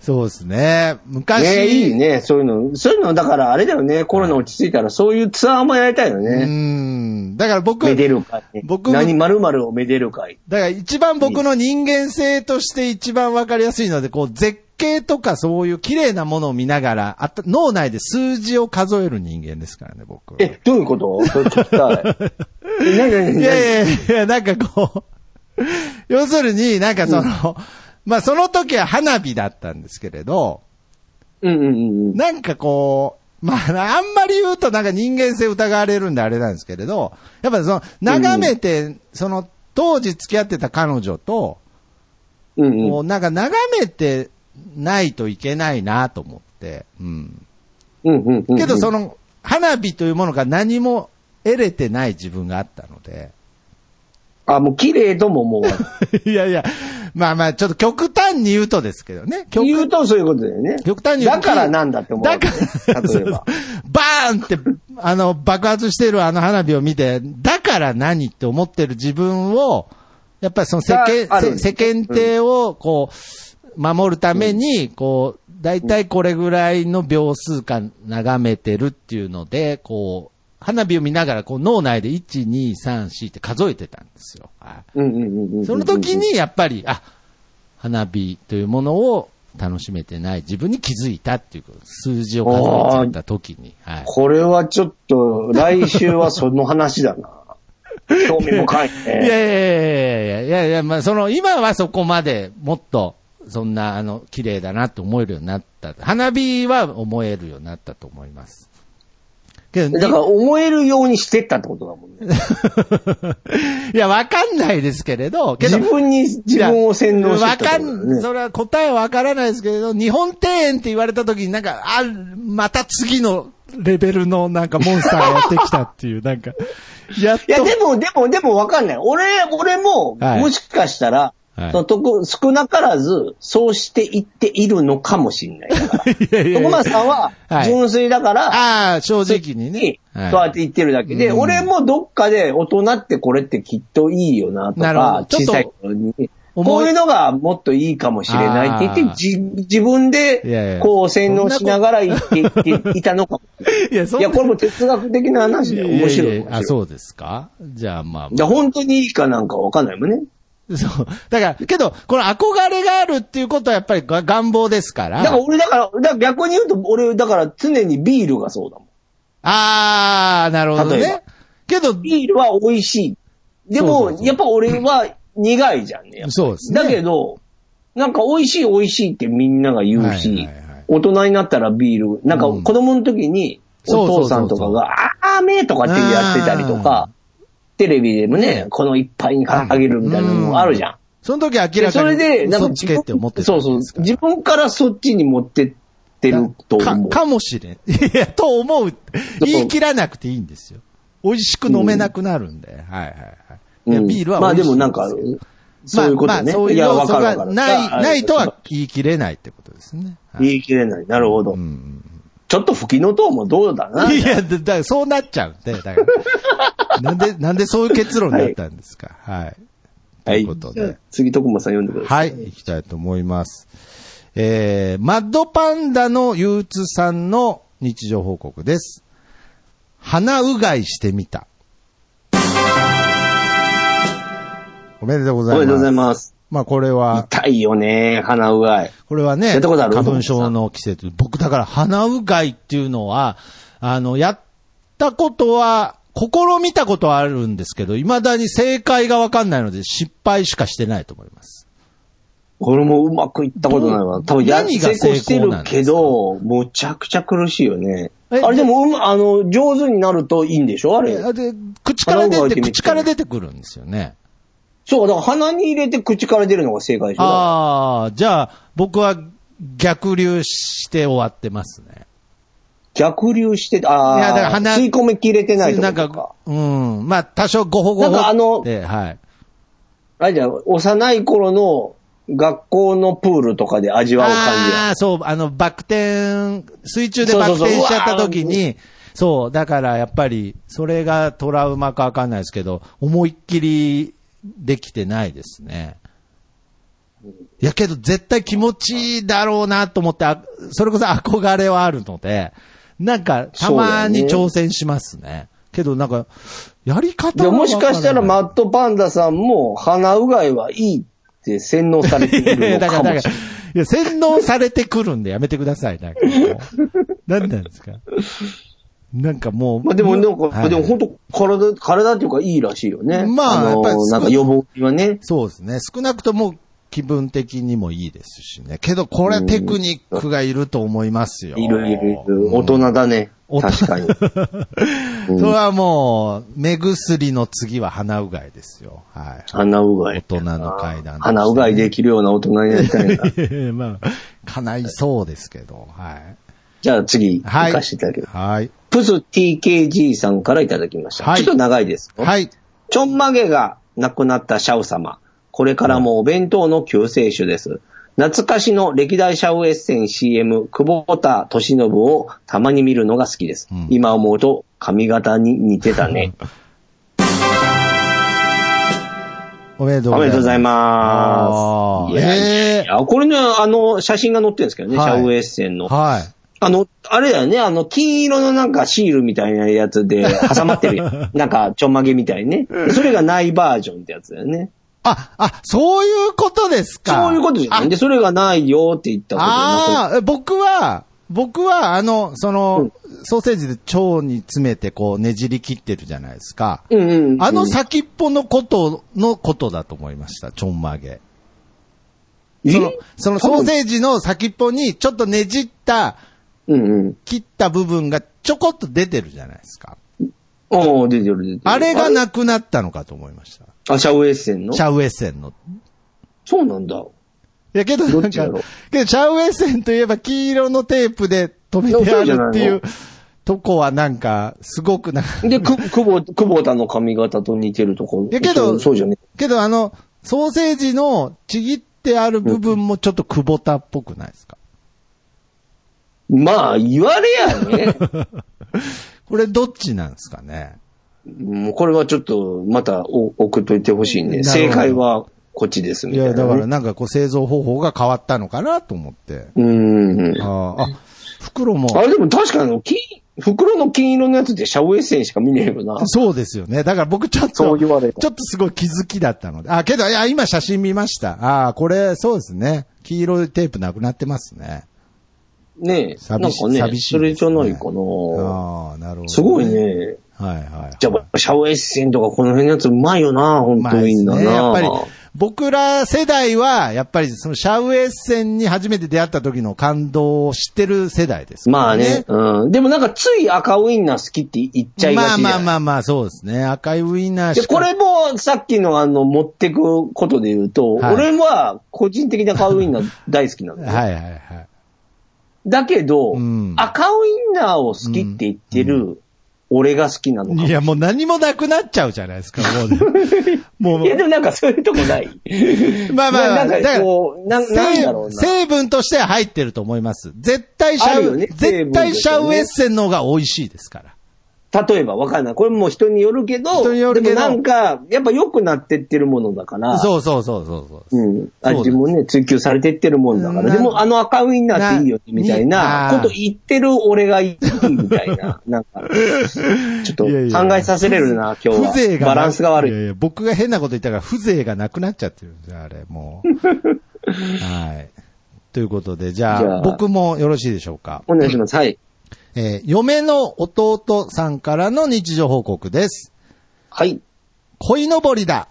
Speaker 2: そうですね。昔、
Speaker 1: ねいいね。そういうの。そういうの、だからあれだよね。コロナ落ち着いたら、そういうツアーもやりたいよ
Speaker 2: う
Speaker 1: ね。
Speaker 2: ん。だから僕、
Speaker 1: めでる会。
Speaker 2: 僕も
Speaker 1: 何〇〇をめでる会。
Speaker 2: だから一番僕の人間性として一番わかりやすいので、こう絶景とかそういう綺麗なものを見ながら、あと脳内で数字を数える人間ですからね、僕。い
Speaker 1: え、どういうこと それ聞きたい。え何何何
Speaker 2: やいやいや、なんかこう、要するになんかその、まあその時は花火だったんですけれど、
Speaker 1: うんうんうんうん。
Speaker 2: なんかこう、まあ、あんまり言うとなんか人間性疑われるんであれなんですけれど、やっぱその、眺めて、その、当時付き合ってた彼女と、
Speaker 1: うん
Speaker 2: も
Speaker 1: う。
Speaker 2: うんなんか眺めてないといけないなと思って。うん。
Speaker 1: うんうんうん。
Speaker 2: けどそ
Speaker 1: の、
Speaker 2: の、花火というものが何も得れてない自分があったの で。
Speaker 1: あ、もう綺麗とも思うわ。
Speaker 2: いやいや、まあまあ、ちょっと極端に言うとですけどね。極
Speaker 1: 言うとそういうことだよね。
Speaker 2: 極端に言う
Speaker 1: だ
Speaker 2: と
Speaker 1: からなんだって思うわけね。
Speaker 2: だから、
Speaker 1: 例えば。
Speaker 2: バーンって、あの、爆発してるあの花火を見て、だから何って思ってる自分を、やっぱりその世
Speaker 1: があ
Speaker 2: 間、
Speaker 1: る
Speaker 2: せ世間体を、こう、守るために、こう、大体これぐらいの秒数間眺めてるっていうので、こう、花火を見ながら、こう、脳内で1、2、3、4って数えてたんですよ。はい
Speaker 1: うんうんうんうんうん。
Speaker 2: その時にやっぱり、あ、花火というものを楽しめてない自分に気づいたっていうこと数字を数えちゃった時に。はい。
Speaker 1: これはちょっと、来週はその話だな。興味深い
Speaker 2: いやい
Speaker 1: ね。
Speaker 2: やいやいやいやいや、まあその今はそこまでもっとそんなあの綺麗だなって思えるようになった。花火は思えるようになったと思います。けど、
Speaker 1: だから思えるようにしてったってことだもんね。
Speaker 2: いや、わかんないですけれど、けど
Speaker 1: 自分に自分を洗脳して
Speaker 2: わ
Speaker 1: ったっ
Speaker 2: か
Speaker 1: てことだよ
Speaker 2: ん、
Speaker 1: ね。
Speaker 2: それは答えはわからないですけれど、日本庭園って言われた時になんか、あ、また次のレベルのなんかモンスターがやってきたっていう、なんか、やっ
Speaker 1: い
Speaker 2: と。
Speaker 1: や、でも、でも、でもわかんない。俺、俺も、
Speaker 2: はい
Speaker 1: もしかしたら、
Speaker 2: はい
Speaker 1: そのとこ少なからず、そうしていっているのかもしれない。
Speaker 2: いやいやい
Speaker 1: 徳
Speaker 2: や
Speaker 1: 松さんは
Speaker 2: は、い
Speaker 1: 純粋だから、
Speaker 2: ああ、正直にね
Speaker 1: に。そうやって
Speaker 2: い
Speaker 1: 言ってるだけで、
Speaker 2: うん
Speaker 1: 俺もどっかで大人ってこれってきっといいよなと
Speaker 2: なるほど
Speaker 1: か、
Speaker 2: ちょっ
Speaker 1: 小
Speaker 2: と
Speaker 1: さい頃に。
Speaker 2: 思い
Speaker 1: こういうのがもっといいかもしれないって言って
Speaker 2: あー、
Speaker 1: じ自分
Speaker 2: いやい
Speaker 1: で
Speaker 2: や
Speaker 1: こう洗脳しながら言って言っていたのかも。
Speaker 2: いや、そん
Speaker 1: い
Speaker 2: な
Speaker 1: や、これも哲学的な話で面白い。面白い
Speaker 2: あ、そうですかじゃあまあ
Speaker 1: じゃあ本当にいいかなんかわかんないもんね。
Speaker 2: そう。だから、けど、この憧れがあるっていうことはやっぱりが願望ですから。
Speaker 1: だから俺だから、だから逆に言うと俺だから常にビールがそうだもん。
Speaker 2: ああ、なるほど
Speaker 1: 例えば
Speaker 2: ね。けど、
Speaker 1: ビールは美味しい。で
Speaker 2: そうそう
Speaker 1: も、
Speaker 2: そう
Speaker 1: やっぱ俺は苦いじゃんね。やっぱり
Speaker 2: そうですね
Speaker 1: だけど、なんか美味しい美味しいってみんなが言うし、
Speaker 2: はいはいはい
Speaker 1: 大人になったらビール、なんか
Speaker 2: うん
Speaker 1: 子供の時に、
Speaker 2: そう
Speaker 1: お
Speaker 2: そうそうそ
Speaker 1: 父
Speaker 2: う
Speaker 1: さんとかが、あーめーとかってやってたりとか、テレビでもね、この一杯にあげるみたいなのもあるじゃん。
Speaker 2: その時明
Speaker 1: で
Speaker 2: ら
Speaker 1: そ
Speaker 2: か
Speaker 1: れ
Speaker 2: に
Speaker 1: で、なんか
Speaker 2: そっち系って思ってた
Speaker 1: そ
Speaker 2: ん
Speaker 1: うそう
Speaker 2: です。から
Speaker 1: 自分からそっちに持ってってると思う。
Speaker 2: か、かもしれん。 いや、と思う。言い切らなくていいんですよ。美味しく飲めなくなるんで。はいはいはい。いや、
Speaker 1: うん
Speaker 2: ビールは
Speaker 1: まあ
Speaker 2: 美
Speaker 1: で
Speaker 2: 味し
Speaker 1: も
Speaker 2: い
Speaker 1: なん
Speaker 2: です
Speaker 1: かそう
Speaker 2: よ、
Speaker 1: いうことね。
Speaker 2: まあまあ、そういう
Speaker 1: や、
Speaker 2: 要
Speaker 1: わ
Speaker 2: 素
Speaker 1: かるわか
Speaker 2: が
Speaker 1: る。
Speaker 2: ない、
Speaker 1: あ
Speaker 2: ないとは言い切れないってことですね。はい
Speaker 1: 言い切れない。なるほど。
Speaker 2: うん
Speaker 1: ちょっと吹きの塔もどうだな。
Speaker 2: いや、だだからそうなっちゃうんで、だ から。なんで、なんでそういう結論になったんですか。はい。ということで。
Speaker 1: 次、徳間さん読んでください。
Speaker 2: はい、行きたいと思います。えー、マッドパンダの憂鬱さんの日常報告です。鼻うがいしてみた。おめでとうござい
Speaker 1: お
Speaker 2: ま
Speaker 1: めで
Speaker 2: す。
Speaker 1: とうございます。
Speaker 2: まあこれは、
Speaker 1: 痛いよね、鼻うがい。
Speaker 2: これは
Speaker 1: や
Speaker 2: ね、
Speaker 1: ったことある
Speaker 2: 花粉症の季節。僕だから鼻うがいっていうのは、あの、やったことは、試みたことはあるんですけど、未だに正解がわかんないので失敗しかしてないと思います。
Speaker 1: 俺もうまくいったことないわ。多分や、
Speaker 2: 何
Speaker 1: 成
Speaker 2: が
Speaker 1: 功して
Speaker 2: 成功
Speaker 1: る
Speaker 2: なんですか
Speaker 1: けど、むちゃくちゃ苦しいよね。
Speaker 2: え
Speaker 1: あれでも、うまあの、上手になるといいんでしょあれ。
Speaker 2: あで、口から
Speaker 1: 鼻を
Speaker 2: 出
Speaker 1: 開け
Speaker 2: て、
Speaker 1: てみて
Speaker 2: 口から出てくるんですよね。
Speaker 1: そう、だから鼻に入れて口から出るのが正解でしょ
Speaker 2: ああ、じゃあ、僕は逆流して終わってますね。
Speaker 1: 逆流して、ああ、
Speaker 2: いやだから鼻
Speaker 1: 吸い込み切れてないと
Speaker 2: な
Speaker 1: か
Speaker 2: んか、うん。まあ、多少ごほごほって。
Speaker 1: なんかあの
Speaker 2: はい。
Speaker 1: あれじゃん幼い頃の学校のプールとかで味わう感じや
Speaker 2: ああ、そう、あの、バク転、水中で
Speaker 1: そう
Speaker 2: バ
Speaker 1: そ
Speaker 2: ク
Speaker 1: うそう
Speaker 2: 転しちゃった時に、そう、だからやっぱり、それがトラウマかわかんないですけど、思いっきりできてないですね。いやけど絶対気持ちいいだろうなと思って、あそれこそ憧れはあるので、なんか、たまに
Speaker 1: そうだよね
Speaker 2: 挑戦しますね。けどなんか、やり方
Speaker 1: で
Speaker 2: が
Speaker 1: もしかしたらマ
Speaker 2: ま
Speaker 1: ットパンダさんも鼻うがいはいいって洗脳されてい
Speaker 2: いやい
Speaker 1: る
Speaker 2: や
Speaker 1: の
Speaker 2: だ
Speaker 1: か
Speaker 2: から、
Speaker 1: も
Speaker 2: だ
Speaker 1: し
Speaker 2: か
Speaker 1: れ
Speaker 2: ら、
Speaker 1: ない。
Speaker 2: いや、洗脳されてくるんでやめてください、なんかもう。何なんですかなんかもう。
Speaker 1: まあでも、なんか、
Speaker 2: はい
Speaker 1: でも本当体、体っていうかいいらしいよね。
Speaker 2: まあ
Speaker 1: の
Speaker 2: やっぱりそう
Speaker 1: なんか予防はね。
Speaker 2: そうですね。少なくとも気分的にもいいですしね。けど、これはテクニックがいると思いますよ。
Speaker 1: いるいるいる。
Speaker 2: うん
Speaker 1: 大人だね。
Speaker 2: 大人
Speaker 1: 確かに。
Speaker 2: それはもう、目薬の次は鼻うがいですよ。はい。
Speaker 1: 鼻うが
Speaker 2: 大
Speaker 1: い。
Speaker 2: 人の階段、
Speaker 1: 鼻うがいできるような大人になりたいな。
Speaker 2: い。 まあ、叶いそうですけど、はい。
Speaker 1: じゃあ次、
Speaker 2: はい。
Speaker 1: 行かせていただきます。
Speaker 2: はい。
Speaker 1: プス TKG さんからいただきました。
Speaker 2: はい
Speaker 1: ちょっと長いです。
Speaker 2: はい。
Speaker 1: ちょんまげが亡くなったシャウ様。これからもお弁当の救世主です。懐かしの歴代シャウエッセン CM、久保田利信をたまに見るのが好きです。
Speaker 2: うん
Speaker 1: 今思うと髪型に似てた ね。
Speaker 2: おめでとう
Speaker 1: おめ
Speaker 2: ございます。
Speaker 1: でとうござい
Speaker 2: あ
Speaker 1: ま
Speaker 2: ー
Speaker 1: す。いやいや
Speaker 2: え
Speaker 1: いやこれね、あの、写真が載ってるんですけどね、
Speaker 2: は
Speaker 1: シ
Speaker 2: い
Speaker 1: ャウエッセンの。
Speaker 2: はい。
Speaker 1: あの、あれだよね、あの、金色のなんかシールみたいなやつで挟まってるや んなんか、ちょんまげみたいね。それがないバージョンってやつだよね。
Speaker 2: あ、あ、そういうことですか。
Speaker 1: そういうことじゃない。で、それがないよって言ったこと
Speaker 2: ああ、え僕は、僕は、あの、その、ソーセージで腸に詰めて、こう、ねじり切ってるじゃないですか。
Speaker 1: あうんうんうん。
Speaker 2: あの先っぽのことのことだと思いました、ちょんまげ。
Speaker 1: え、
Speaker 2: その、その
Speaker 1: 多
Speaker 2: ソ
Speaker 1: 分
Speaker 2: ーセージの先っぽに、ちょっとねじった、
Speaker 1: うんうん。
Speaker 2: 切った部分がちょこっと出てるじゃないですか。
Speaker 1: おー出てる出てる。
Speaker 2: あれがなくなったのかと思いました。
Speaker 1: あ、シャウエッセンの
Speaker 2: シャウエッセンの。
Speaker 1: そうなんだ。
Speaker 2: いやけどなん
Speaker 1: ど
Speaker 2: か、
Speaker 1: っちだろう
Speaker 2: けどシャウエッセンといえば黄色のテープで止めてあるっていうとこはなんか、すごくなんか、
Speaker 1: で、 く、久保、久保田の髪型と似てるとこ。
Speaker 2: いやけど、
Speaker 1: そうじゃね。
Speaker 2: けどあの、ソーセージのちぎってある部分もちょっと久保田っぽくないですか
Speaker 1: まあ、言われやね。
Speaker 2: これどっちなんですかね
Speaker 1: もうこれはちょっと、またお送っといてほしいんで、
Speaker 2: なるほ
Speaker 1: 正
Speaker 2: ど
Speaker 1: 解はこっちです、み
Speaker 2: い
Speaker 1: たいな
Speaker 2: や、
Speaker 1: ね。
Speaker 2: だからなんかこう製造方法が変わったのかなと思って。
Speaker 1: うん。
Speaker 2: あーあ、袋も。
Speaker 1: あれでも確かに、金、袋の金色のやつでシャウエッセンしか見ねえよな。
Speaker 2: そうですよね。だから僕ちょっと、
Speaker 1: そう言われた
Speaker 2: ちょっとすごい気づきだったので。あ、けど、いや、今写真見ました。あーこれ、そうですね。黄色いテープなくなってますね。
Speaker 1: ねえ。なん
Speaker 2: 寂し
Speaker 1: かね、
Speaker 2: 寂しい
Speaker 1: そ
Speaker 2: で
Speaker 1: れ
Speaker 2: す
Speaker 1: じ
Speaker 2: ね
Speaker 1: ゃないかな。
Speaker 2: ああ、なるほど、
Speaker 1: すごい。ね。
Speaker 2: はいはい。
Speaker 1: じゃあ、シャウエッセンとかこの辺のやつうまいよな、本
Speaker 2: ま
Speaker 1: 当
Speaker 2: あで
Speaker 1: にいい
Speaker 2: す
Speaker 1: んだな。
Speaker 2: ね、やっぱり、僕ら世代は、やっぱりそのシャウエッセンに初めて出会った時の感動を知ってる世代ですか
Speaker 1: ま
Speaker 2: ら
Speaker 1: あね。うん。でもなんかつい赤ウインナー好きって言っちゃいが
Speaker 2: ま
Speaker 1: ち
Speaker 2: あ
Speaker 1: じゃ
Speaker 2: ま
Speaker 1: な
Speaker 2: あ
Speaker 1: い
Speaker 2: まあまあ、そうですね。赤いウインナーし
Speaker 1: で、
Speaker 2: か
Speaker 1: これもさっきのあの、持ってくことで言うと、
Speaker 2: はい
Speaker 1: 俺は個人的な赤ウインナー大好きなんだよ。
Speaker 2: はいはいはい。
Speaker 1: だけど、
Speaker 2: うん
Speaker 1: 赤ウインナーを好きって言ってる、俺が好きなのか。
Speaker 2: いや、もう何もなくなっちゃうじゃないですか、もうね。もう、
Speaker 1: いや、でもなんかそういうとこない。
Speaker 2: まあまあま
Speaker 1: な
Speaker 2: あ、
Speaker 1: ん
Speaker 2: だか
Speaker 1: からこう、ななんだろうな。
Speaker 2: 成成分としては入ってると思います。絶対シ
Speaker 1: あ
Speaker 2: ャ
Speaker 1: るよ
Speaker 2: ウ、
Speaker 1: ね
Speaker 2: 絶対シャウエッセンの方が美味しいですから。
Speaker 1: 例えば、わかんない。これも人によるけど、
Speaker 2: 人によるけど
Speaker 1: でもなんか、やっぱ良くなってってるものだから、
Speaker 2: そうそうそうそうそう。
Speaker 1: うん。
Speaker 2: そう
Speaker 1: 味もね、追求されてってるもんだか
Speaker 2: うん
Speaker 1: ら。でも、あの赤ウインナーっていいよね、
Speaker 2: な
Speaker 1: みたいな
Speaker 2: にあー
Speaker 1: こと言ってる俺がいい、みたいな。なん か、ちょっと
Speaker 2: い
Speaker 1: 考
Speaker 2: やいや
Speaker 1: えさせれるな、今
Speaker 2: 風
Speaker 1: 日は。
Speaker 2: 情がな
Speaker 1: バランスが悪い。
Speaker 2: やや僕が変なこと言ったから、風情がなくなっちゃってるんですよ、あれ、も う。はい。ということで、じゃあ、
Speaker 1: じゃあ
Speaker 2: 僕もよろしいでしょうか。
Speaker 1: お願いします。はい。
Speaker 2: えー嫁の弟さんからの日常報告です。
Speaker 1: はい。
Speaker 2: 恋のぼりだ。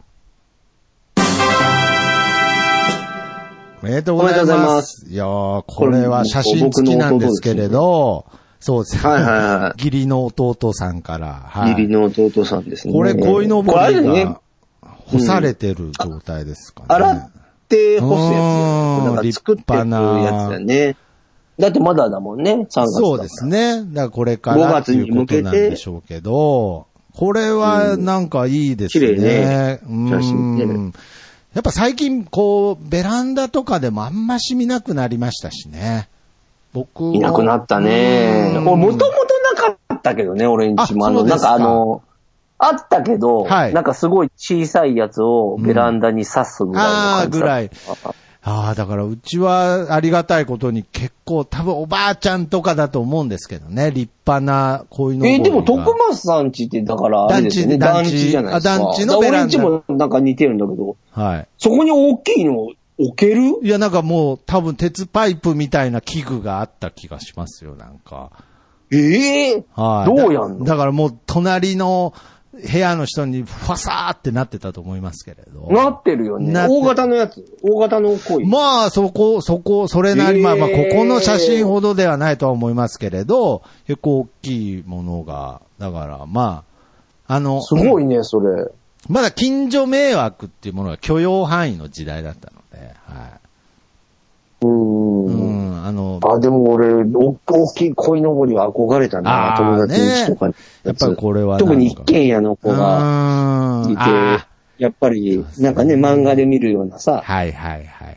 Speaker 2: おめでとうご
Speaker 1: おめ
Speaker 2: ざい
Speaker 1: でとうござい
Speaker 2: ま。
Speaker 1: ます
Speaker 2: いやー、これは写真付きなんですけれど、そうですね。
Speaker 1: はいはいはい
Speaker 2: 義理の弟さんから。はい。
Speaker 1: 義理の弟さんですね。
Speaker 2: これ、恋のぼ
Speaker 1: これあれ
Speaker 2: り
Speaker 1: だよね
Speaker 2: が。干されてる状態ですかね。
Speaker 1: 洗って干すやつだよ
Speaker 2: う
Speaker 1: ね。
Speaker 2: ん
Speaker 1: だから作ってくやつだね。だってまだだもんね、3月だから。
Speaker 2: そうです。ね。だからこれから
Speaker 1: 5月に向けて
Speaker 2: っていうことなんでしょうけど、これはなんかいいですね。
Speaker 1: うん綺麗ね
Speaker 2: うん
Speaker 1: 写真ね
Speaker 2: やっぱ最近、こう、ベランダとかでもあんまし見なくなりましたしね。僕
Speaker 1: いなくなったね。
Speaker 2: う
Speaker 1: 俺
Speaker 2: ん
Speaker 1: もともとなかったけどね、俺んちも。
Speaker 2: あ
Speaker 1: あの、
Speaker 2: そうで
Speaker 1: なん
Speaker 2: すか
Speaker 1: かあの、あったけど、
Speaker 2: はい
Speaker 1: なんかすごい小さいやつをベランダに刺すぐらいの
Speaker 2: ああ、
Speaker 1: 感じ
Speaker 2: ぐ
Speaker 1: だ
Speaker 2: ら
Speaker 1: っ
Speaker 2: い。
Speaker 1: た。
Speaker 2: ああ、だからうちはありがたいことに結構多分おばあちゃんとかだと思うんですけどね。立派な恋のぼり
Speaker 1: えー
Speaker 2: が
Speaker 1: でも、徳松さんちって、だから、あれですよね、
Speaker 2: 団
Speaker 1: 団
Speaker 2: 地
Speaker 1: 地じゃないです
Speaker 2: あ
Speaker 1: か。
Speaker 2: 団地のベランダ
Speaker 1: だから俺んちもなんか似てるんだけど、
Speaker 2: はい。
Speaker 1: そこに大きいのを置ける
Speaker 2: いや、なんかもう、多分鉄パイプみたいな器具があった気がしますよ、なんか。
Speaker 1: ええ
Speaker 2: はい。
Speaker 1: どうやんの
Speaker 2: だだからもう、隣の部屋の人に、ファサーってなってたと思いますけれど。
Speaker 1: なってるよね。
Speaker 2: なって
Speaker 1: 大型のやつ。大型の恋。
Speaker 2: まあ、そこ、そこ、それなり、まあまあ、
Speaker 1: え
Speaker 2: こ
Speaker 1: ー
Speaker 2: この写真ほどではないとは思いますけれど、結構大きいものが、だから、まあ、あの、
Speaker 1: すごいね、それ。
Speaker 2: まだ近所迷惑っていうものが許容範囲の時代だったので、は
Speaker 1: う
Speaker 2: い。う
Speaker 1: ーん。
Speaker 2: ん、あの、
Speaker 1: あ、でも俺、お大きい鯉のぼりは憧れたな、
Speaker 2: あ
Speaker 1: 友
Speaker 2: ー
Speaker 1: 達の家とかに
Speaker 2: ね。やっぱりこれはなんか
Speaker 1: 特に一軒家の子が
Speaker 2: うー
Speaker 1: い
Speaker 2: んあー
Speaker 1: て、やっぱり
Speaker 2: で、すね
Speaker 1: なんかね、漫画で見るようなさ、
Speaker 2: はいはいはいはい。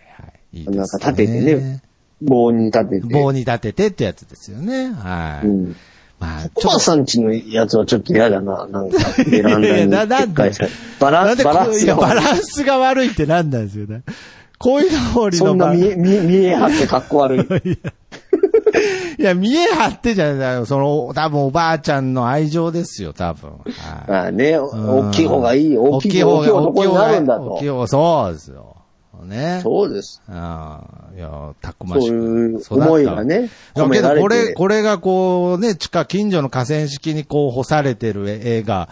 Speaker 2: いいですね。
Speaker 1: なんか立ててね。棒に立てて。
Speaker 2: 棒に立ててってやつですよね。はい。
Speaker 1: うん。
Speaker 2: まあ、ち
Speaker 1: コ
Speaker 2: ょ
Speaker 1: バ
Speaker 2: っと。
Speaker 1: さんちのやつはちょっと嫌だな、なんか、ベラン
Speaker 2: いや
Speaker 1: ダ
Speaker 2: いやな
Speaker 1: にでっかいバラ
Speaker 2: なん
Speaker 1: ン
Speaker 2: で
Speaker 1: ス、
Speaker 2: こ
Speaker 1: バ
Speaker 2: う
Speaker 1: ランス
Speaker 2: いや、
Speaker 1: が
Speaker 2: バランスが悪いってなんなんですよね。こういうのり
Speaker 1: そ
Speaker 2: の
Speaker 1: んな
Speaker 2: 場
Speaker 1: 見え、
Speaker 2: い
Speaker 1: 見え見え張ってかっこ悪い。
Speaker 2: や、見え張ってじゃないその、多分おばあちゃんの愛情ですよ、多分。はい
Speaker 1: まあね、
Speaker 2: うん
Speaker 1: 大きい方がいいよ。大きい、大きい男になるんだ
Speaker 2: 大きい
Speaker 1: と。
Speaker 2: 方そうですよ。ね。
Speaker 1: そうです。
Speaker 2: ああ、いや、たくま
Speaker 1: そう
Speaker 2: し
Speaker 1: い
Speaker 2: く
Speaker 1: う思いが
Speaker 2: 育
Speaker 1: ね、
Speaker 2: った。だ
Speaker 1: 込
Speaker 2: け
Speaker 1: めら
Speaker 2: ど、
Speaker 1: れ
Speaker 2: これ、
Speaker 1: て。
Speaker 2: これがこうね、地下近所の河川敷にこう干されてる絵が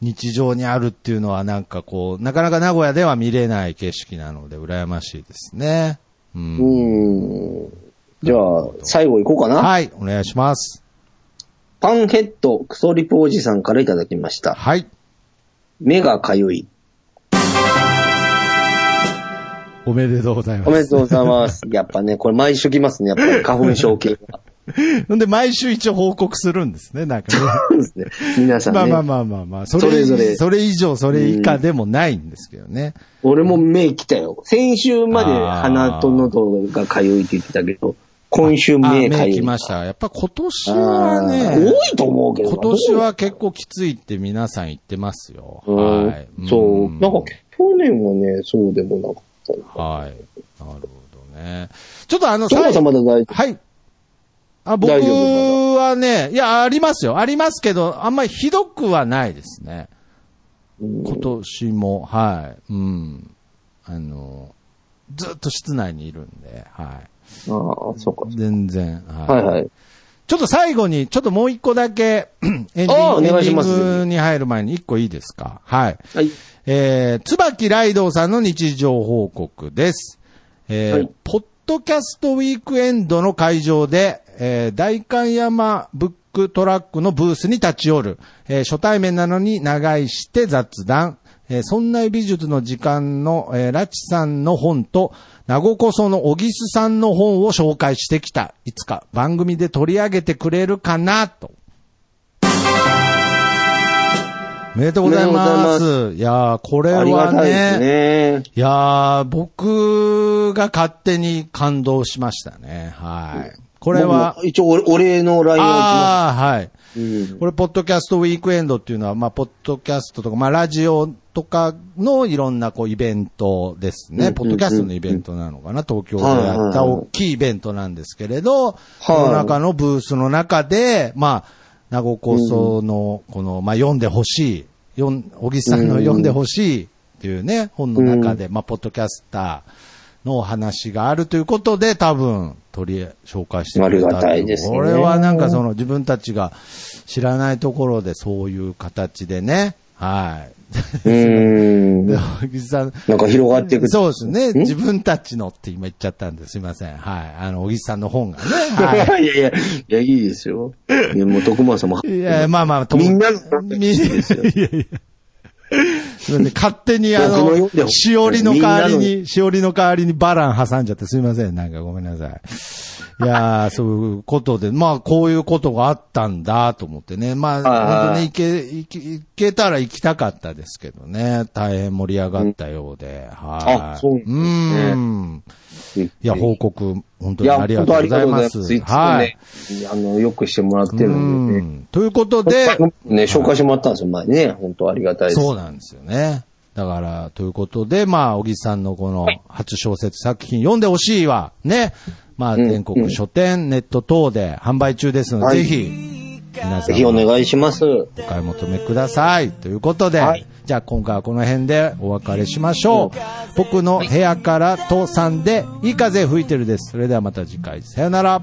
Speaker 2: 日常にあるっていうのはなんかこう、なかなか名古屋では見れない景色なので羨ましいですね。うん。
Speaker 1: うん。じゃあ、最後行こうかな。
Speaker 2: はい、お願いします。
Speaker 1: パンヘッドクソリプおじさんからいただきました。
Speaker 2: はい。
Speaker 1: 目がかゆい。
Speaker 2: おめでとうございます。
Speaker 1: おめでとうございます。 やっぱね、これ毎週来ますね。やっぱり花粉症系が。
Speaker 2: ほんで、毎週一応報告するんですね、なんかね。
Speaker 1: そうです ね。皆さんね。
Speaker 2: まあまあまあまあまあ、そ
Speaker 1: そ
Speaker 2: れ
Speaker 1: れぞれ
Speaker 2: それ以上、それ以下でもないんですけどね。
Speaker 1: 俺も目来たよ。先週まで鼻と喉がかゆいって言ってたけど、今週
Speaker 2: あ、
Speaker 1: 目か
Speaker 2: 目
Speaker 1: ゆい。
Speaker 2: 来ました。やっぱ今年は
Speaker 1: あ
Speaker 2: ね
Speaker 1: ー、多いと思うけどな
Speaker 2: 今年は結構きついって皆さん言ってますよ。
Speaker 1: うん
Speaker 2: はい。
Speaker 1: そう。
Speaker 2: ん
Speaker 1: なんか、去年はね、そうでもなかったな。
Speaker 2: はい。なるほどね。ちょっとあの、
Speaker 1: トモさんまだ大丈
Speaker 2: はい。あ、僕
Speaker 1: 大丈夫
Speaker 2: はね、いや、ありますよ。ありますけど、あんまりひどくはないですね。今年も、はい。うん。あの、ずっと室内にいるんで、はい。
Speaker 1: 夫。ああ、そうか。
Speaker 2: 全然、はい。
Speaker 1: はいはい。
Speaker 2: ちょっと最後に、ちょっともう一個だけ、エンディング
Speaker 1: あお願いします
Speaker 2: エンディングに入る前に一個いいですかはい。
Speaker 1: はい。
Speaker 2: えー、椿ライドウさんの日常報告です。えー
Speaker 1: はい
Speaker 2: ポッドキャストウィークエンドの会場で、えー、大観山ブックトラックのブースに立ち寄る、えー初対面なのに長いして雑談、えー、そんな美術の時間の、えー、ラチさんの本と、名護こその小木須さんの本を紹介してきた。いつか番組で取り上げてくれるかな、と。おめでとうございま
Speaker 1: おめでとうござ
Speaker 2: す。いやー、これ
Speaker 1: ありが
Speaker 2: は
Speaker 1: たいです
Speaker 2: ね、
Speaker 1: ね。
Speaker 2: いやー、僕が勝手に感動しましたね。はい。これは
Speaker 1: 僕、も一応お、お礼の LINE を打ちま
Speaker 2: ああ、はい。
Speaker 1: す。うん
Speaker 2: これ、ポッドキャストウィークエンドっていうのは、まあ、ポッドキャストとか、まあ、ラジオとかのいろんな、こう、イベントですね。
Speaker 1: うん
Speaker 2: ポッドキャストのイベントなのかな。東京でやった大きいイベントなんですけれど、その中のブースの中で、まあ、名護構想の、この、まあ、読んでほしい、読ん、小木さんの
Speaker 1: うん
Speaker 2: 読んでほしいっていうね、本の中で、まあ、ポッドキャスターのお話があるということで、多分、取り、紹介してくれたってう
Speaker 1: ありがたいですね
Speaker 2: これはなんかその、自分たちが知らないところでそういう形でね、はい。
Speaker 1: うん。
Speaker 2: で
Speaker 1: な
Speaker 2: 小木さん、
Speaker 1: んか広がっていく。
Speaker 2: そうですね。
Speaker 1: ん
Speaker 2: 自分たちのって今言っちゃったんですいません。はい。あの、小木さんの本が ね。
Speaker 1: いや
Speaker 2: はい。
Speaker 1: いやいや、いや、いいですよ。いや、もう徳間さんも。
Speaker 2: いや、まあまあ、とも
Speaker 1: みんなの本
Speaker 2: み んな、いやいや。すみません。勝手にあ
Speaker 1: 僕も読んで
Speaker 2: の、
Speaker 1: ほしい
Speaker 2: しおりの代わり
Speaker 1: みん
Speaker 2: に、しおりの代わりにバラン挟んじゃってすみません。なんかごめんなさい。いやー、そういうことで、まあこういうことがあったんだと思ってね。ま
Speaker 1: あー
Speaker 2: あ、本当に行け、行け、行けたら行きたかったですけどね。大変盛り上がったようで。はい。
Speaker 1: あそうなんですね
Speaker 2: うん。
Speaker 1: い
Speaker 2: いや、報告、本当
Speaker 1: い
Speaker 2: に
Speaker 1: や、
Speaker 2: ありがとうございま
Speaker 1: 本当あ
Speaker 2: す。
Speaker 1: りがとうございますいつもね、あの、よくしてもらってるんで
Speaker 2: う
Speaker 1: ね。
Speaker 2: んということで、
Speaker 1: ね、紹介してもらったんですよ、前にね。本当ありがたいです。
Speaker 2: そうなんですよね。だから、ということで、まあ、小木さんのこの初小説作品読んでほしいは、ね。まあ、
Speaker 1: ん
Speaker 2: 全国書店、ネット等で販売中ですの
Speaker 1: は
Speaker 2: で、
Speaker 1: い
Speaker 2: ぜひ、皆さ
Speaker 1: ぜひお
Speaker 2: ん
Speaker 1: 願いします。
Speaker 2: お買い求めください。ということで、
Speaker 1: はい
Speaker 2: じゃあ今回はこの辺でお別れしましょう。僕の部屋から父さんで、いい風吹いてるです。それではまた次回、さよなら。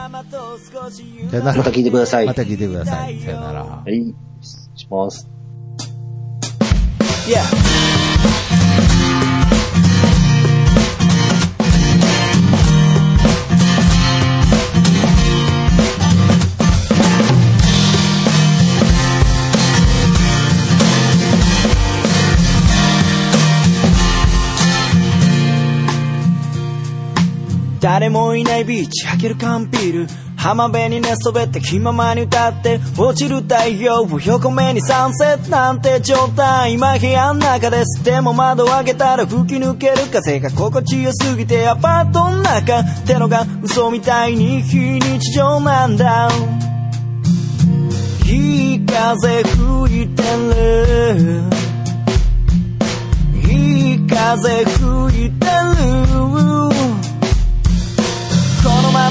Speaker 2: さよなら。
Speaker 1: また聞いてください。
Speaker 2: また
Speaker 1: は
Speaker 2: 聞いてください。さよなら。
Speaker 1: い。失礼します。
Speaker 4: Yeah.「誰もいないビーチ開ける缶ビール」「浜辺に寝そべって気ままに歌って」「落ちる太陽を横目にサンセットなんて状態」「今部屋の中です」「でも窓を開けたら吹き抜ける風が心地よすぎて」「アパートの中ってのが嘘みたいに非日常なんだ」「いい風吹いてる」「いい風吹いてる」このま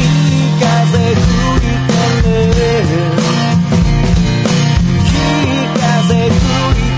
Speaker 4: いい風吹いてるいい風吹いてる